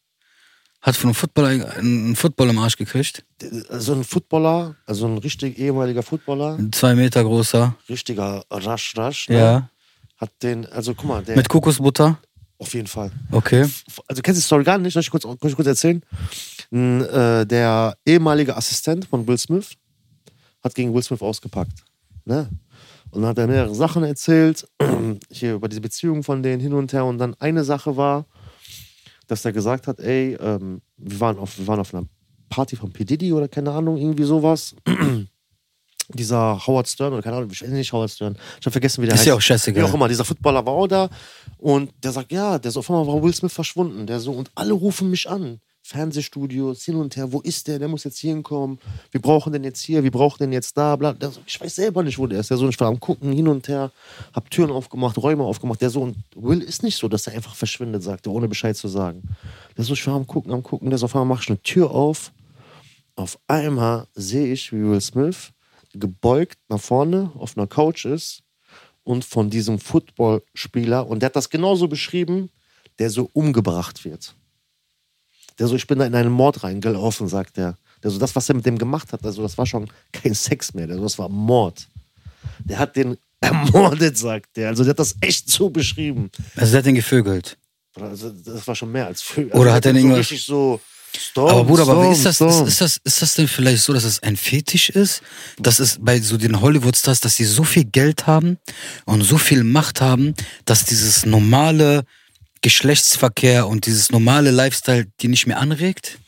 A: hat von einem Footballer einen Football im Arsch gekriegt.
B: So ein Footballer, also ein richtig ehemaliger Footballer,
A: Ein zwei Meter großer.
B: richtiger Rasch Rasch, ne?
A: Ja.
B: hat den, also guck mal, der
A: Mit Kokosbutter.
B: auf jeden Fall.
A: Okay.
B: Also kennst du die Story gar nicht, soll ich kurz, soll ich kurz erzählen? Ein, äh, der ehemalige Assistent von Will Smith hat gegen Will Smith ausgepackt. Ne? Und dann hat er mehrere Sachen erzählt, hier über diese Beziehung von denen hin und her. Und dann eine Sache war, dass er gesagt hat, ey, ähm, wir, waren auf, wir waren auf einer Party von P. Diddy oder keine Ahnung, irgendwie sowas. dieser Howard Stern oder keine Ahnung, ich weiß nicht Howard Stern. Ich habe vergessen, wie der
A: Ist
B: heißt.
A: ja auch scheißegal.
B: Wie auch immer, dieser Footballer war auch da und der sagt, ja, der ist auf einmal war Will Smith verschwunden. Der so, und alle rufen mich an. Fernsehstudios, hin und her, wo ist der? Der muss jetzt hier hinkommen. Wir brauchen den jetzt hier, wir brauchen den jetzt da, bla. Der so, ich weiß selber nicht, wo der ist. Der so, und ich war am Gucken, hin und her, hab Türen aufgemacht, Räume aufgemacht. Der so, und Will ist nicht so, dass er einfach verschwindet, sagt er, ohne Bescheid zu sagen. Der so, ich war am Gucken, am Gucken. Der so, auf einmal mach ich eine Tür auf. Auf einmal sehe ich, wie Will Smith gebeugt nach vorne auf einer Couch ist und von diesem Footballspieler, und der hat das genauso beschrieben, der so umgebracht wird. Der so, ich bin da in einen Mord reingelaufen, sagt er. Der so, das, was er mit dem gemacht hat, also das war schon kein Sex mehr, der so, das war Mord. Der hat den ermordet, sagt der. Also der hat das echt so beschrieben.
A: Also der hat den gevögelt.
B: Also das war schon mehr als früher. Also
A: Oder hat er
B: so
A: irgendwas-
B: richtig so Storm,
A: Aber Bruder, aber
B: Storm,
A: wie ist das,
B: Storm.
A: ist, ist, das, ist das denn vielleicht so, dass es ein Fetisch ist? Dass es bei so den Hollywood-Stars, dass sie so viel Geld haben und so viel Macht haben, dass dieses normale Geschlechtsverkehr und dieses normale Lifestyle die nicht mehr anregt?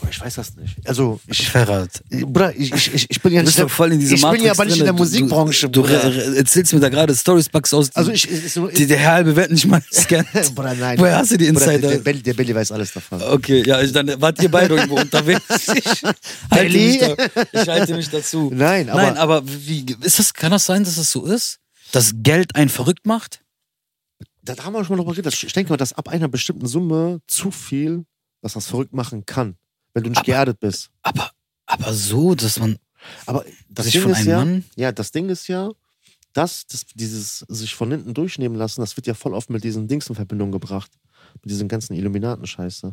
B: Boah, ich weiß das nicht. Also, ich,
A: Ferrat.
B: Bruder, ich, ich, ich, ich bin ja
A: Du bist
B: nicht,
A: doch voll in diese
B: ich bin ja aber nicht in der Musikbranche,
A: Du, du
B: Bruder.
A: re- re- erzählst mir da gerade Stories, packst aus.
B: Also ich- ich- so-
A: die, der halbe Welt nicht mal scannt.
B: Bruder, nein.
A: Woher hast du die
B: Bruder,
A: Insider?
B: der, der, Belli, der Belli weiß alles davon.
A: Okay, ja, ich, dann wart ihr beide irgendwo unterwegs. Ich halte, mich
B: Berlin?
A: da, ich halte mich dazu.
B: Nein, aber-
A: Nein, aber wie, ist das, kann das sein, dass das so ist? Dass Geld einen verrückt macht?
B: Da haben wir schon mal drüber geredet. Ich denke mal, dass ab einer bestimmten Summe zu viel, dass das verrückt machen kann, wenn du nicht
A: Aber-
B: geerdet bist.
A: Aber, aber so, dass man.
B: Aber das
A: Sich
B: Ding
A: von
B: ist
A: einem
B: ja,
A: Mann?
B: ja, das Ding ist ja, dass das, dieses sich von hinten durchnehmen lassen, das wird ja voll oft mit diesen Dings in Verbindung gebracht, mit diesen ganzen Illuminaten-Scheiße.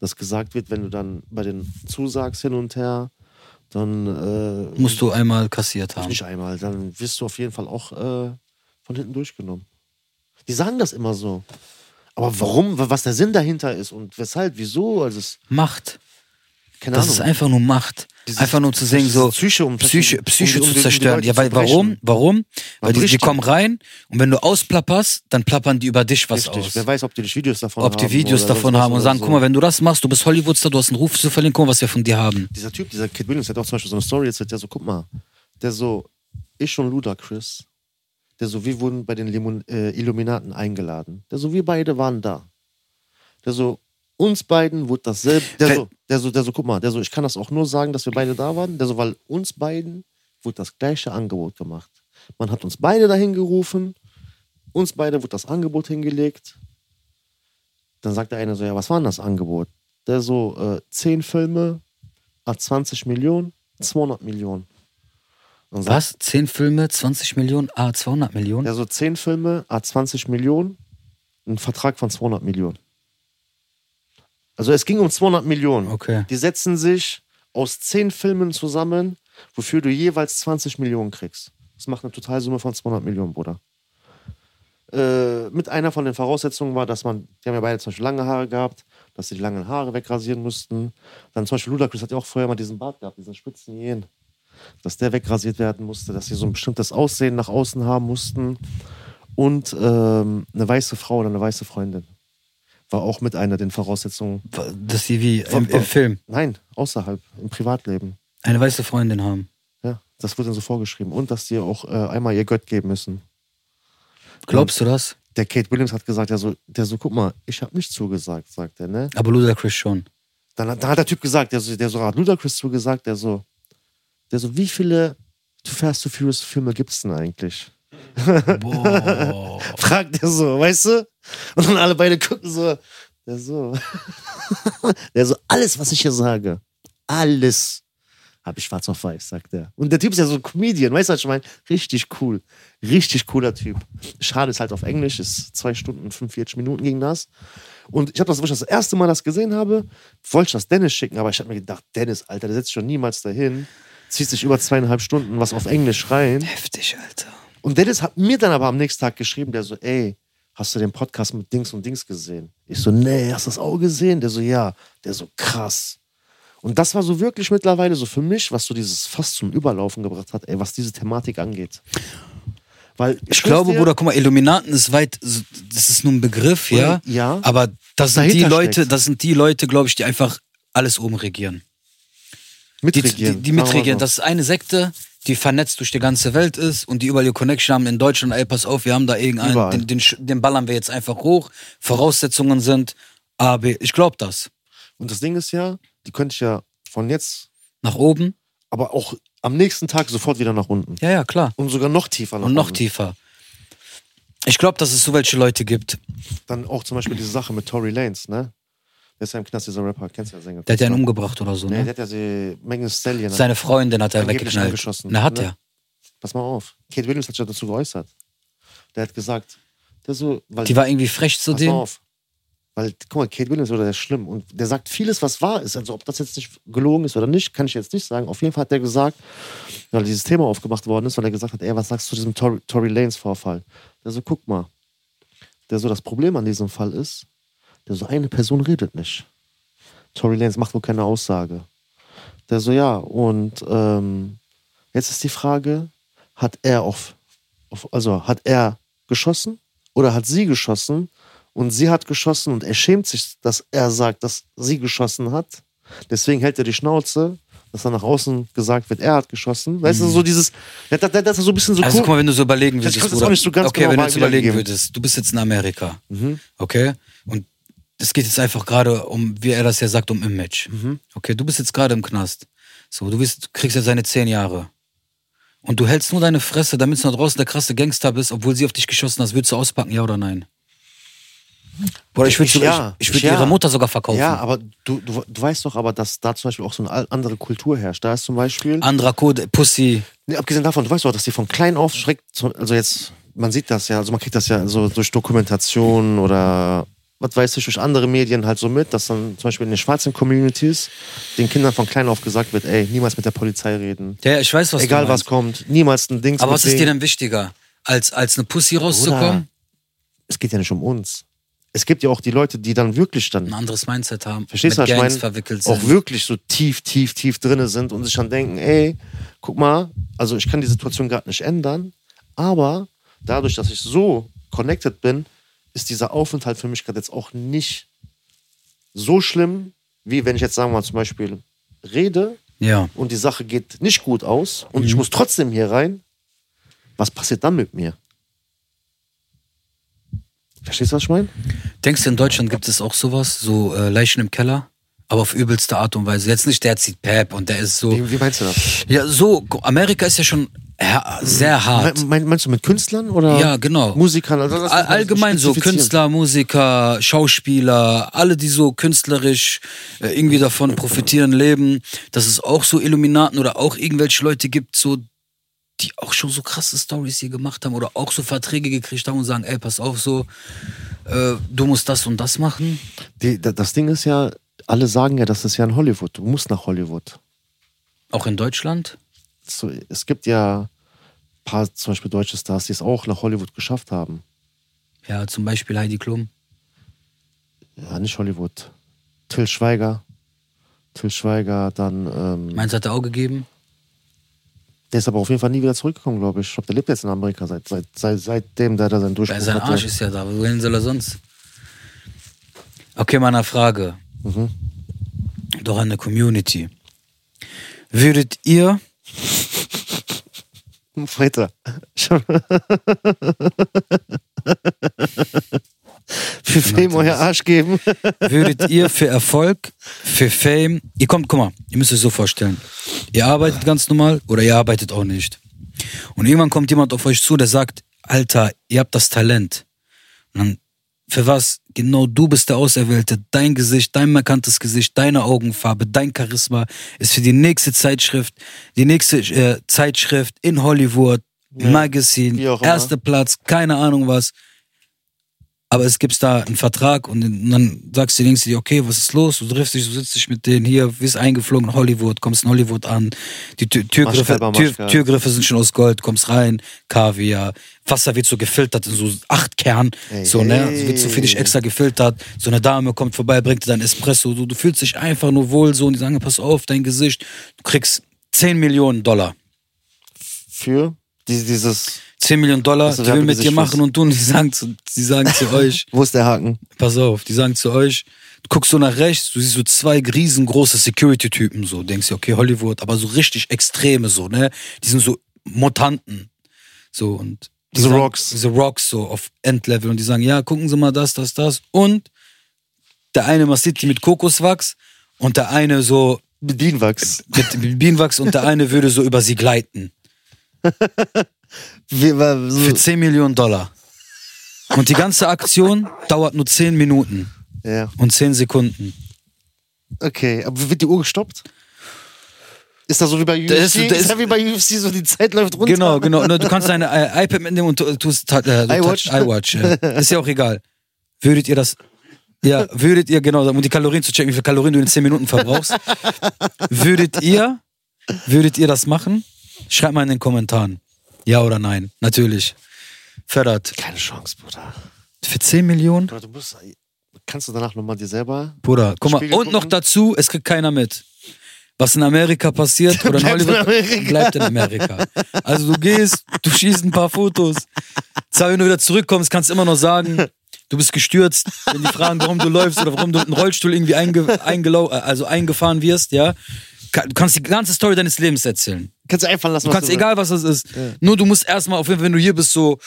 B: Dass gesagt wird, wenn du dann bei den zusagst hin und her, dann äh,
A: Musst du einmal kassiert haben.
B: nicht einmal, dann wirst du auf jeden Fall auch äh, von hinten durchgenommen. Die sagen das immer so. Aber warum, wa- was der Sinn dahinter ist und weshalb, wieso, also es,
A: Macht.
B: keine
A: Das
B: Ahnung.
A: ist einfach nur Macht.
B: Dieses-
A: einfach nur zu sehen,
B: diese
A: so
B: Psyche, um-
A: Psyche,
B: um-
A: Psyche
B: um- um- um
A: zu
B: die
A: zerstören.
B: Leute
A: ja,
B: zu
A: weil warum?
B: brechen.
A: Warum? Weil die,
B: bricht
A: die
B: die.
A: kommen rein und wenn du ausplapperst, dann plappern die über dich was
B: Richtig.
A: aus.
B: Wer weiß, ob die nicht Videos davon
A: Ob
B: haben.
A: die Videos
B: oder sonst
A: davon
B: was
A: haben und
B: oder
A: sagen,
B: so.
A: guck mal, wenn du das machst, du bist Hollywoodstar, du hast einen Ruf zu verlieren, guck mal, was wir von dir haben.
B: Dieser Typ, dieser Kid Williams, der hat auch zum Beispiel so eine Story erzählt, der so, guck mal, der so, ich und Ludacris, der so, wir wurden bei den Limon, äh, Illuminaten eingeladen. Der so, wir beide waren da. Der so, uns beiden wurde dasselbe, der
A: Wenn-
B: so, der so, der so, guck mal, der so, ich kann das auch nur sagen, dass wir beide da waren, der so, weil uns beiden wurde das gleiche Angebot gemacht. Man hat uns beide dahin gerufen, uns beide wurde das Angebot hingelegt. Dann sagt der eine so, ja, was war denn das Angebot? Der so, äh, 10 Filme, a 20 Millionen, 200 Millionen. Dann sagt
A: Was? 10 Filme, 20 Millionen, ah, 200 Millionen?
B: ja, so 10 Filme, a 20 Millionen, ein Vertrag von 200 Millionen. Also es ging um 200 Millionen.
A: Okay.
B: Die setzen sich aus 10 Filmen zusammen, wofür du jeweils 20 Millionen kriegst. Das macht eine Totalsumme von 200 Millionen, Bruder. Äh, mit einer von den Voraussetzungen war, dass man, die haben ja beide zum Beispiel lange Haare gehabt, dass sie die langen Haare wegrasieren mussten. Dann zum Beispiel Ludacris hat ja auch vorher mal diesen Bart gehabt, diesen spitzen Jähn. Dass der wegrasiert werden musste, dass sie so ein bestimmtes Aussehen nach außen haben mussten. Und ähm, eine weiße Frau oder eine weiße Freundin war auch mit einer den Voraussetzungen.
A: Dass sie wie im, im Film
B: Nein, außerhalb, im Privatleben.
A: eine weiße Freundin haben.
B: Ja, das wird dann so vorgeschrieben. Und dass die auch äh, einmal ihr Gött geben müssen.
A: Glaubst du das?
B: Der Kate Williams hat gesagt, der so, der so guck mal, ich habe nicht zugesagt, sagt er, ne?
A: Aber Ludacris schon.
B: Dann, hat- dann hat der Typ gesagt, der so, der so hat Ludacris zugesagt, der so, der so, wie viele Too Fast, Too Furious Filme gibt's denn eigentlich?
A: Boah.
B: Fragt er so, weißt du? Und dann alle beide gucken so, der so, der so, alles, was ich hier sage, alles habe ich schwarz auf weiß, sagt er. Und der Typ ist ja so ein Comedian, weißt du, was ich meine? Richtig cool. Richtig cooler Typ. Schade, ist halt auf Englisch, ist zwei Stunden, 45 Minuten ging das. Und ich habe das, wo ich das erste Mal das gesehen habe, wollte ich das Dennis schicken, aber ich habe mir gedacht, Dennis, Alter, der setzt sich schon niemals dahin, zieht sich über zweieinhalb Stunden was auf Englisch rein.
A: Heftig, Alter.
B: Und Dennis hat mir dann aber am nächsten Tag geschrieben, der so, ey, hast du den Podcast mit Dings und Dings gesehen? Ich so, nee, hast du das auch gesehen? Der so, ja. Der so, krass. Und das war so wirklich mittlerweile so für mich, was so dieses Fass zum Überlaufen gebracht hat, ey, was diese Thematik angeht. Weil
A: Ich glaube,
B: wusste ja-
A: Bruder, guck mal, Illuminaten ist weit, so- das ist nur ein Begriff, ja.
B: Ja.
A: Aber das sind die
B: Dahinter
A: Leute,
B: steckt.
A: das sind die Leute, glaube ich, die einfach alles oben regieren. Die, die,
B: mitregieren.
A: die
B: sagen wir
A: mitregieren.
B: so.
A: Das ist eine Sekte, die vernetzt durch die ganze Welt ist und die überall ihr Connection haben in Deutschland. Ey, pass auf, wir haben da irgendeinen,
B: Überall.
A: den, den, sch- den ballern wir jetzt einfach hoch. Voraussetzungen sind A, B. Ich glaube das.
B: und das Ding ist ja, die könnte ich ja von jetzt,
A: Nach oben?
B: aber auch am nächsten Tag sofort wieder nach unten.
A: Ja, ja, klar.
B: Und sogar noch tiefer nach
A: Und noch
B: unten.
A: tiefer. Ich glaube, dass es so welche Leute gibt.
B: Dann auch zum Beispiel diese Sache mit Tory Lanez, ne? Der ist ja im Knast, dieser Rapper, kennst du ja Sänger.
A: Der hat ja einen umgebracht oder so.
B: Nee,
A: Ne?
B: der hat ja sie Megan Thee Stallion.
A: Seine Freundin hat er
B: Angeblich
A: weggeknallt.
B: angeschossen,
A: Na, hat
B: ne?
A: er.
B: Pass mal auf. Kate Williams hat sich ja dazu geäußert. Der hat gesagt, der so, weil,
A: Die war irgendwie frech zu
B: pass mal
A: dem.
B: auf. Weil, guck mal, Kate Williams, oder der ist schlimm. Und der sagt vieles, was wahr ist. Also, ob das jetzt nicht gelogen ist oder nicht, kann ich jetzt nicht sagen. Auf jeden Fall hat der gesagt, weil dieses Thema aufgemacht worden ist, weil er gesagt hat, ey, was sagst du zu diesem Tory, Tory Lanes-Vorfall? Der so, guck mal. Der so, das Problem an diesem Fall ist, der so, eine Person redet nicht. Tory Lanes macht wohl keine Aussage. Der so, ja, und ähm, jetzt ist die Frage, hat er auf, auf, also hat er geschossen oder hat sie geschossen und sie hat geschossen und er schämt sich, dass er sagt, dass sie geschossen hat Deswegen hält er die Schnauze, dass dann nach außen gesagt wird, er hat geschossen. Weißt du, so dieses, das, das, das ist so ein bisschen so
A: Also guck mal, wenn du so überlegen
B: Das
A: würdest,
B: kannst du auch nicht so ganz
A: okay,
B: genau
A: wenn du jetzt
B: mal Mhm.
A: überlegen
B: wiedergeben.
A: würdest, du bist jetzt in Amerika, okay, und es geht jetzt einfach gerade um, wie er das ja sagt, um Image.
B: Mhm.
A: Okay, du bist jetzt gerade im Knast. So, du, bist, du kriegst ja seine zehn Jahre. Und du hältst nur deine Fresse, damit du nach draußen der krasse Gangster bist, obwohl sie auf dich geschossen hat. Würdest du auspacken, ja oder nein? Oder ich würde
B: Ich- ja.
A: ich, ich würd
B: Ich- ja.
A: ihre Mutter sogar verkaufen.
B: Ja, aber du, du, du weißt doch aber, dass da zum Beispiel auch so eine al- andere Kultur herrscht. Da ist zum Beispiel,
A: Anderer Code, Pussy.
B: nee, abgesehen davon, du weißt doch, dass die von klein auf schreckt, also jetzt, man sieht das ja, also man kriegt das ja so durch Dokumentationen oder was weiß ich, durch andere Medien halt so mit, dass dann zum Beispiel in den schwarzen Communities den Kindern von klein auf gesagt wird, ey, niemals mit der Polizei reden.
A: Ja, ja, ich weiß, was du
B: Egal
A: meinst.
B: was kommt, niemals ein Dings
A: Aber was ist dir
B: mitnehmen.
A: denn wichtiger? Als, als eine Pussy rauszukommen?
B: Es geht ja nicht um uns. Es gibt ja auch die Leute, die dann wirklich dann
A: Ein anderes Mindset haben.
B: Verstehst du,
A: mit
B: was ich
A: Gangs
B: meine?
A: verwickelt sind.
B: Auch wirklich so tief, tief, tief drinne sind und sich dann denken, ey, guck mal, also ich kann die Situation gerade nicht ändern, aber dadurch, dass ich so connected bin, ist dieser Aufenthalt für mich gerade jetzt auch nicht so schlimm, wie wenn ich jetzt, sagen wir mal, zum Beispiel rede
A: ja.
B: und die Sache geht nicht gut aus und
A: Mhm.
B: ich muss trotzdem hier rein. Was passiert dann mit mir? Verstehst du, was ich meine?
A: Denkst du, in Deutschland gibt es auch sowas? So äh, Leichen im Keller? Aber auf übelste Art und Weise. Jetzt nicht, der zieht Pep und der ist so.
B: Wie, wie meinst du das?
A: Ja, so. Amerika ist ja schon her-
B: Hm.
A: sehr hart.
B: Me- mein- Meinst du mit Künstlern oder?
A: Ja, genau.
B: Musikern. Also lass uns
A: All,
B: mal
A: allgemein so
B: spezifizieren.
A: Künstler, Musiker, Schauspieler, alle, die so künstlerisch äh, irgendwie davon profitieren, leben, dass es auch so Illuminaten oder auch irgendwelche Leute gibt, so die auch schon so krasse Stories hier gemacht haben oder auch so Verträge gekriegt haben und sagen, ey, pass auf, so äh, du musst das und das machen.
B: Die, da- das Ding ist ja, alle sagen ja, das ist ja in Hollywood. Du musst nach Hollywood.
A: Auch in Deutschland.
B: So, es gibt ja paar, zum Beispiel deutsche Stars, die es auch nach Hollywood geschafft haben.
A: Ja, zum Beispiel Heidi Klum.
B: Ja, nicht Hollywood. Till Schweiger. Till Schweiger, dann. Ähm,
A: Meins hat er auch gegeben.
B: der ist aber auf jeden Fall nie wieder zurückgekommen, glaube ich. Ich glaube, der lebt jetzt in Amerika seit, seit, seit, seitdem der da seinen Durchbruch
A: Weil sein
B: hatte.
A: Arsch ist ja da. Wohin soll er sonst? Okay, mal eine Frage. Doch an der Community. Würdet ihr,
B: Weiter. Für wem euer Arsch geben?
A: würdet ihr für Erfolg, für Fame, ihr kommt, guck mal, ihr müsst es so vorstellen. Ihr arbeitet ganz normal oder ihr arbeitet auch nicht. Und irgendwann kommt jemand auf euch zu, der sagt, Alter, ihr habt das Talent. Und dann, für was? Genau du bist der Auserwählte. Dein Gesicht, dein markantes Gesicht, deine Augenfarbe, dein Charisma ist für die nächste Zeitschrift, die nächste äh, Zeitschrift in Hollywood, Magazine,
B: wie auch immer.
A: erster Platz, keine Ahnung was. Aber es gibt da einen Vertrag und den- und dann sagst du, denkst du dir, okay, was ist los? Du triffst dich, du sitzt dich mit denen hier, wirst eingeflogen nach Hollywood, kommst in Hollywood an, die Tür, Türgriffe,
B: Maschkalber,
A: Tür,
B: Maschkalber.
A: Türgriffe sind schon aus Gold, kommst rein, Kaviar, Wasser wird so gefiltert in so acht Kern,
B: Ey,
A: so, ne?
B: hey.
A: Wird so für dich extra gefiltert. So eine Dame kommt vorbei, bringt dir dein Espresso, du, du fühlst dich einfach nur wohl so und die sagen, pass auf, dein Gesicht, du kriegst 10 Millionen Dollar.
B: Für die- dieses.
A: 10 Millionen Dollar,
B: Also,
A: die
B: wir
A: will
B: haben
A: mit dir
B: Gesicht
A: machen und tun, die sagen zu, die sagen zu euch,
B: Wo ist der Haken?
A: pass auf, die sagen zu euch, du guckst so nach rechts, du siehst so zwei riesengroße Security-Typen, so, denkst dir, okay, Hollywood, aber so richtig extreme, so, ne? Die sind so Mutanten. So, und. die
B: The
A: sagen-
B: Rocks.
A: The Rocks, so auf Endlevel. Und die sagen, ja, gucken Sie mal das, das, das. Und der eine massiert die mit Kokoswachs und der eine so
B: Bedienwachs.
A: mit Bienenwachs und der eine würde so über sie gleiten.
B: Wir, wir, so,
A: Für 10 Millionen Dollar. Und die ganze Aktion dauert nur 10 Minuten
B: ja,
A: und 10 Sekunden.
B: okay. Aber wird die Uhr gestoppt? Ist das so wie bei UFC?
A: Da ist-
B: ist,
A: da
B: das wie bei UFC, so die Zeit läuft runter?
A: Genau, genau. Ne, Du kannst deine äh, iPad mitnehmen und tu- tust ta- äh, du
B: iWatch.
A: touch- iWatch ja. Ist ja auch egal. Würdet ihr das. Ja, würdet ihr, genau, um die Kalorien zu checken, wie viele Kalorien du in 10 Minuten verbrauchst, würdet ihr, würdet ihr das machen? Schreibt mal in den Kommentaren. Ja oder nein? Natürlich. Fördert.
B: Keine Chance, Bruder.
A: Für 10 Millionen?
B: Bruder, du musst. Kannst du danach nochmal dir selber.
A: Bruder, guck mal.
B: Spiegel
A: Und noch
B: gucken.
A: dazu, es kriegt keiner mit. Was in Amerika passiert oder in
B: Bleibt in
A: Hollywood,
B: Amerika.
A: bleibt in Amerika. Also du gehst, du schießt ein paar Fotos. Zwar, wenn du wieder zurückkommst, kannst du immer noch sagen, du bist gestürzt, wenn die fragen, warum du läufst oder warum du mit einem Rollstuhl irgendwie einge eingelau äh, also eingefahren wirst, ja. Ka- Du kannst die ganze Story deines Lebens erzählen.
B: Kannst du einfallen lassen,
A: Du
B: was
A: kannst,
B: willst.
A: egal was das ist, nur du musst erstmal, auf jeden Fall, wenn du hier bist, so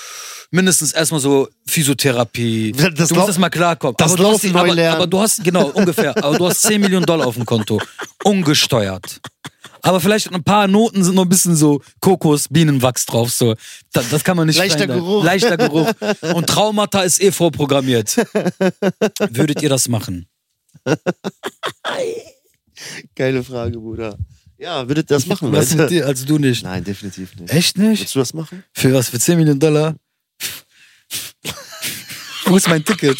A: mindestens erstmal so Physiotherapie.
B: Das
A: du
B: Lau-
A: musst erstmal klarkommen.
B: das
A: aber, du hast,
B: Laufen
A: die-
B: neu
A: aber,
B: lernen.
A: aber du hast, genau, ungefähr, aber du hast 10 Millionen Dollar auf dem Konto. Ungesteuert. Aber vielleicht ein paar Noten sind noch ein bisschen so Kokos, Bienenwachs drauf. So. Das, das kann man nicht
B: Leichter
A: verhindern.
B: Geruch.
A: Leichter Geruch. Und Traumata ist eh vorprogrammiert. Würdet ihr das machen?
B: Geile Frage, Bruder. Ja, würdet ihr das machen,
A: Was mit
B: Leute?
A: dir? Also du nicht.
B: Nein, definitiv nicht.
A: Echt nicht?
B: Willst du das machen?
A: Für was? Für 10 Millionen Dollar? Wo ist mein Ticket?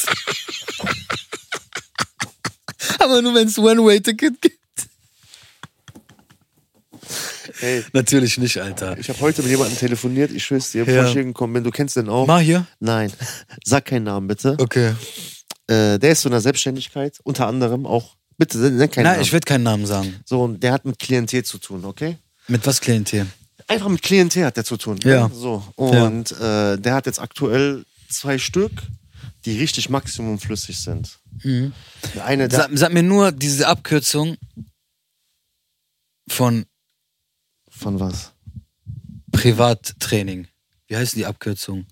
A: Aber nur wenn es One-Way-Ticket gibt.
B: Ey,
A: Natürlich nicht, Alter.
B: ich habe heute mit jemandem telefoniert, ich schwör's dir,
A: Ja.
B: bevor ich hier gekommen bin. Du kennst den auch.
A: Mach hier.
B: Nein, sag keinen Namen bitte.
A: Okay.
B: Äh, der ist so in der Selbstständigkeit, unter anderem auch. Bitte, nenn keinen
A: Nein,
B: Namen.
A: ich werde keinen Namen sagen.
B: so, und der hat mit Klientel zu tun, okay?
A: Mit was Klientel?
B: Einfach mit Klientel hat der zu tun.
A: Ja.
B: ne? So. Und äh, der hat jetzt aktuell zwei Stück, die richtig maximum flüssig sind.
A: Mhm.
B: Eine, der,
A: Sag, sag mir nur diese Abkürzung von
B: von was?
A: Privattraining. Wie heißt die Abkürzung?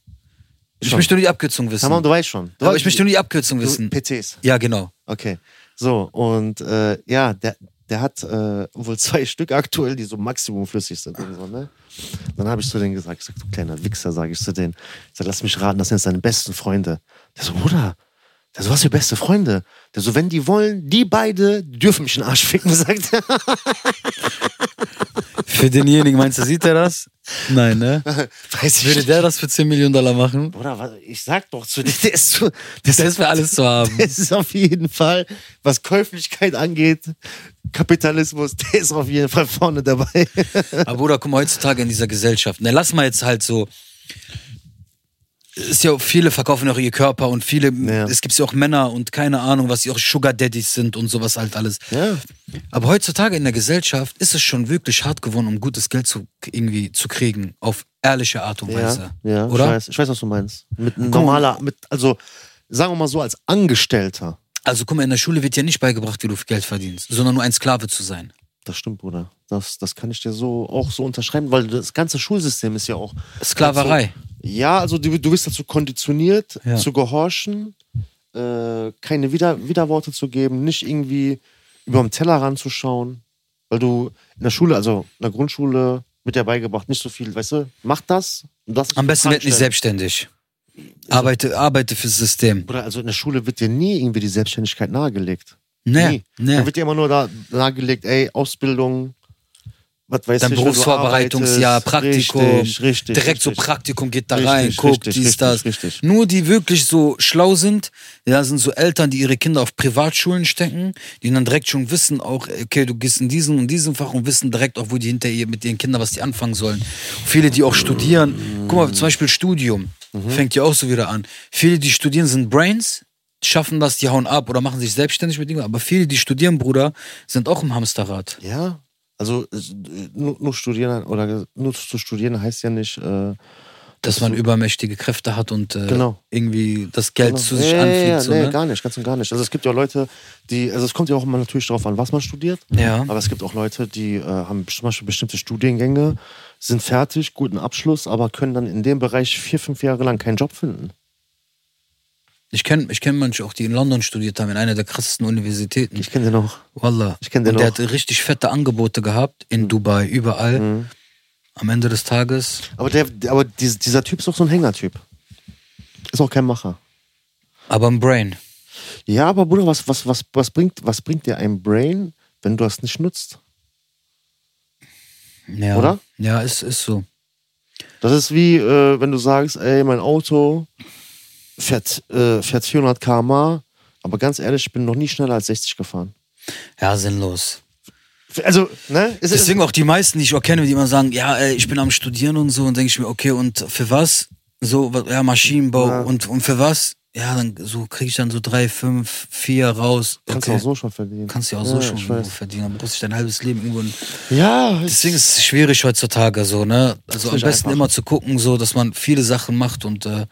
A: Ich
B: Schon.
A: möchte nur die Abkürzung wissen.
B: Tamam, du weißt schon. Du
A: Aber
B: weißt-
A: ich möchte nur die Abkürzung wissen.
B: Du, PTs.
A: Ja, genau.
B: Okay. So, und äh, ja, der, der hat äh, wohl zwei Stück aktuell, die so maximum flüssig sind. Und so, ne? Dann habe ich zu denen gesagt, ich sag, du kleiner Wichser, sage ich zu denen. Ich sag, lass mich raten, das sind jetzt deine besten Freunde. Der so, Bruder, der so, was für beste Freunde? Der so, wenn die wollen, die beide dürfen mich in den Arsch ficken, sagt er.
A: Für denjenigen, meinst du, sieht er das? Nein, ne?
B: Weiß ich
A: Würde
B: nicht.
A: der das für 10 Millionen Dollar machen?
B: Bruder, was, ich sag doch zu dir, der ist so, der
A: Der ist für alles zu haben.
B: Es ist auf jeden Fall, was Käuflichkeit angeht, Kapitalismus, der ist auf jeden Fall vorne dabei.
A: Aber Bruder, guck mal, heutzutage in dieser Gesellschaft, ne, lass mal jetzt halt so. Ist ja auch, viele verkaufen auch ihr Körper und viele,
B: Ja.
A: es gibt ja auch Männer und keine Ahnung, was die auch Sugar Daddies sind und sowas halt alles.
B: Ja.
A: Aber heutzutage in der Gesellschaft ist es schon wirklich hart geworden, um gutes Geld zu, irgendwie zu kriegen, auf ehrliche Art und Weise.
B: Ja, ja
A: oder?
B: Ich, weiß, ich weiß, was du meinst. Mit einem normaler, mit, also sagen wir mal so, als Angestellter.
A: Also guck mal, in der Schule wird dir nicht beigebracht, wie du Geld verdienst, sondern nur ein Sklave zu sein.
B: Das stimmt, Bruder. Das, das kann ich dir so auch so unterschreiben, weil das ganze Schulsystem ist ja auch.
A: Sklaverei.
B: So, ja, also du, du wirst dazu konditioniert,
A: Ja.
B: zu gehorchen, äh, keine Wider Widerworte zu geben, nicht irgendwie über den Teller ranzuschauen. Weil du in der Schule, also in der Grundschule, mit dir beigebracht, nicht so viel, weißt du, mach das und das.
A: Am besten werd nicht selbstständig. Arbeite, arbeite fürs System.
B: Bruder, also in der Schule wird dir nie irgendwie die Selbstständigkeit nahegelegt.
A: Nee,
B: nie.
A: nee.
B: Da wird dir immer nur da nahegelegt, ey, Ausbildung, was weiß
A: Dein
B: ich. wenn du
A: Berufsvorbereitungsjahr,
B: arbeitest.
A: Praktikum.
B: Richtig, richtig.
A: Direkt so
B: richtig.
A: Praktikum geht da
B: Richtig,
A: rein, guckt,
B: richtig,
A: dies,
B: richtig,
A: das.
B: richtig.
A: Nur die wirklich so schlau sind, ja, sind so Eltern, die ihre Kinder auf Privatschulen stecken, die dann direkt schon wissen auch, okay, du gehst in diesen und diesen Fach und wissen direkt auch, wo die hinter ihr mit ihren Kindern, was die anfangen sollen. Viele, die auch studieren, guck mal, zum Beispiel Studium,
B: Mhm.
A: fängt ja auch so wieder an. Viele, die studieren, sind Brains, schaffen das, die hauen ab oder machen sich selbstständig mit irgendwas. Aber viele, die studieren, Bruder, sind auch im Hamsterrad.
B: Ja, also es- nur, nur studieren oder ge- nur zu studieren heißt ja nicht. Äh,
A: dass man übermächtige Kräfte hat und äh,
B: Genau.
A: irgendwie das Geld zu sich
B: Nee,
A: anfliegt.
B: ja,
A: so,
B: nee,
A: ne?
B: gar nicht, ganz und gar nicht. Also es gibt ja auch Leute, die, also es kommt ja auch immer natürlich darauf an, was man studiert.
A: Ja.
B: Aber es gibt auch Leute, die äh, haben zum Beispiel bestimmte Studiengänge, sind fertig, guten Abschluss, aber können dann in dem Bereich vier, fünf Jahre lang keinen Job finden.
A: Ich kenne ich kenn manche auch, die in London studiert haben, in einer der krassesten Universitäten.
B: Ich kenne den auch.
A: Wallah.
B: ich kenn den
A: und der
B: auch. Mhm.
A: hat richtig fette Angebote gehabt, in Dubai, überall. Am Ende des Tages.
B: Aber, der, aber dies- dieser Typ ist auch so ein Hängertyp. Ist auch kein Macher.
A: Aber im Brain.
B: Ja, aber Bruder, was, was, was, was, bringt, was bringt dir ein Brain, wenn du das nicht nutzt?
A: Ja.
B: Oder?
A: Ja, ist, ist so.
B: Das ist wie, äh, wenn du sagst, ey, mein Auto fährt, äh, fährt 400 km/h, aber ganz ehrlich, ich bin noch nie schneller als 60 gefahren.
A: Ja, sinnlos.
B: Also, ne? Es ist,
A: Deswegen auch die meisten, die ich auch kenne, die immer sagen, ja, ey, ich bin am Studieren und so, und denke ich mir, okay, und für was? So, wa- ja, Maschinenbau und, und für was? Ja, dann so kriege ich dann so drei, fünf, vier raus.
B: kannst du auch so schon verdienen.
A: Kannst du ja auch
B: ja,
A: so schon
B: Ich
A: irgendwo
B: weiß.
A: verdienen, dann brauchst du dein halbes Leben irgendwo. in-
B: Ja, es-
A: Deswegen ist es schwierig heutzutage so, ne? Also am
B: nicht
A: besten
B: einfach.
A: immer zu gucken, so, dass man viele Sachen macht und äh,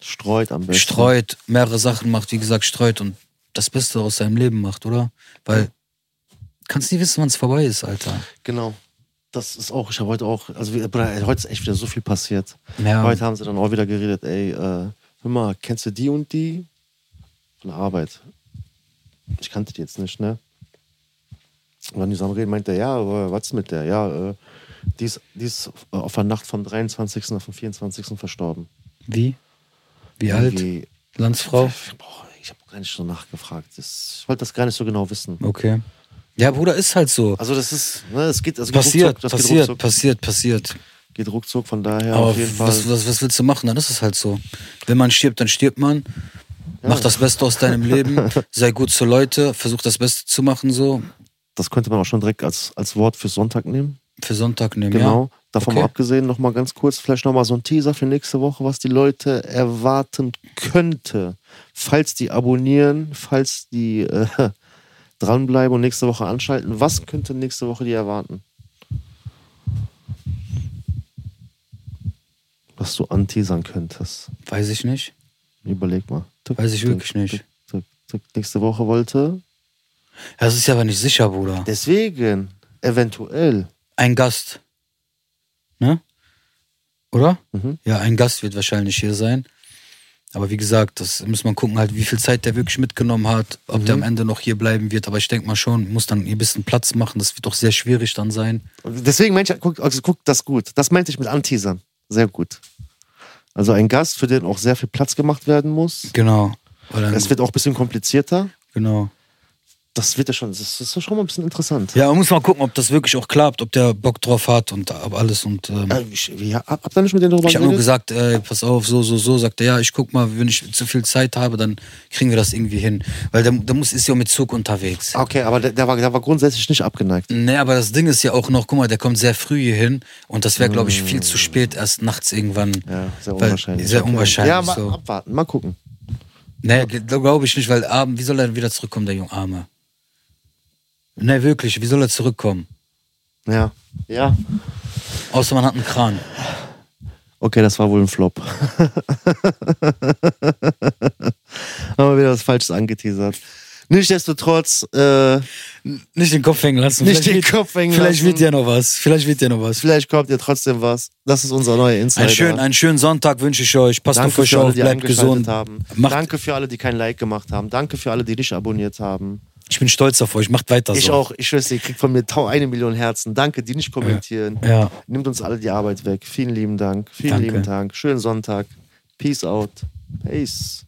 B: Streut am besten.
A: streut, mehrere Sachen macht, wie gesagt, streut und das Beste aus seinem Leben macht, oder? Weil kannst nie wissen, wann es vorbei ist, Alter.
B: Genau. Das ist auch, ich habe heute auch, also wir, Bruder, ey, heute ist echt wieder so viel passiert.
A: Ja.
B: Heute haben sie dann auch wieder geredet, ey, äh, hör mal, kennst du die und die? Von der Arbeit. Ich kannte die jetzt nicht, ne? Und dann die zusammen reden, meinte er, ja, aber was ist mit der? Ja, äh, die ist, die ist äh, auf der Nacht vom 23. auf den 24. verstorben.
A: Wie? Wie alt?
B: Irgendwie-
A: Landsfrau?
B: Boah, ich habe gar nicht so nachgefragt. Das, ich wollte das gar nicht so genau wissen.
A: Okay. Ja, Bruder, ist halt so.
B: Also das ist, ne, es geht, also
A: Passiert,
B: geht ruckzuck, das
A: passiert,
B: geht ruckzuck,
A: passiert, passiert.
B: geht ruckzuck, von daher
A: Aber
B: auf jeden Fall.
A: was, was, was willst du machen? Dann ist es halt so. Wenn man stirbt, dann stirbt man. Mach das Beste aus deinem Leben. Sei gut zu Leute. Versuch das Beste zu machen, so.
B: das könnte man auch schon direkt als, als Wort für Sonntag nehmen.
A: Für Sonntag nehmen,
B: Genau.
A: ja.
B: Davon
A: Okay.
B: mal abgesehen, nochmal ganz kurz, vielleicht nochmal so ein Teaser für nächste Woche, was die Leute erwarten könnte, falls die abonnieren, falls die äh, dranbleiben und nächste Woche anschalten. Was könnte nächste Woche die erwarten? Was du anteasern könntest.
A: Weiß ich nicht.
B: Überleg mal. Tück,
A: Weiß ich
B: tück,
A: wirklich nicht.
B: tück, tück, tück. Nächste Woche wollte.
A: Das ist ja aber nicht sicher, Bruder.
B: Deswegen, eventuell.
A: Ein Gast. Ne? Oder?
B: Mhm.
A: Ja, ein Gast wird wahrscheinlich hier sein. Aber wie gesagt, das muss man gucken, halt, wie viel Zeit der wirklich mitgenommen hat, ob der
B: Mhm.
A: am Ende noch hier bleiben wird. Aber ich denke mal schon, muss dann ein bisschen Platz machen. Das wird doch sehr schwierig dann sein.
B: Und deswegen meinte ich, guck, also guck das gut. Das meinte ich mit Anteasern. Sehr gut. Also ein Gast, für den auch sehr viel Platz gemacht werden muss.
A: Genau. Weil dann,
B: Es wird auch ein bisschen komplizierter.
A: genau.
B: Das wird ja schon, das ist das ist schon mal ein bisschen interessant.
A: Ja, man muss mal gucken, ob das wirklich auch klappt, ob der Bock drauf hat und ob alles. Und ähm,
B: Äh, ich, wie, hab, habt ihr nicht mit denen darüber
A: ich habe nur
B: geredet?
A: gesagt, äh, pass auf, so, so, so. Sagt er, ja, ich guck mal, wenn ich zu viel Zeit habe, dann kriegen wir das irgendwie hin. Weil der, der muss, ist ja mit Zug unterwegs.
B: Okay, aber der, der, war, der war grundsätzlich nicht abgeneigt.
A: Nee, aber das Ding ist ja auch noch, guck mal, der kommt sehr früh hier hin und das wäre, glaube ich, viel zu spät, erst nachts irgendwann.
B: Mm. Ja, sehr
A: Weil-
B: unwahrscheinlich.
A: Sehr unwahrscheinlich.
B: Ja, mal
A: so.
B: abwarten, mal gucken.
A: Nee, glaube ich nicht, weil abend, wie soll er denn wieder zurückkommen, der junge Arme? Nee, wirklich, wie soll er zurückkommen?
B: Ja. Ja.
A: Außer man hat einen Kran.
B: Okay, das war wohl ein Flop. Haben wir wieder was Falsches angeteasert. Nichtsdestotrotz, äh,
A: Nicht den Kopf hängen lassen.
B: Nicht
A: Vielleicht
B: den Kopf hängen
A: Vielleicht
B: lassen.
A: wird ja noch was. Vielleicht wird ja noch was.
B: vielleicht kommt ihr trotzdem was. Das ist unser neuer Insider.
A: Einen schönen, einen schönen Sonntag wünsche ich euch. Passt auf
B: Danke
A: euch
B: für alle,
A: auf,
B: die
A: bleibt
B: eingeschaltet
A: gesund.
B: haben.
A: Macht,
B: Danke für alle, die kein Like gemacht haben. Danke für alle, die nicht abonniert haben.
A: Ich bin stolz auf euch. Macht weiter so.
B: Ich auch. Ich schwöre, ihr kriegt von mir tau- eine Million Herzen. Danke, die nicht kommentieren.
A: Ja.
B: Nimmt uns alle die Arbeit weg. Vielen lieben Dank. Vielen
A: Danke.
B: lieben Dank. Schönen Sonntag. Peace out. Peace.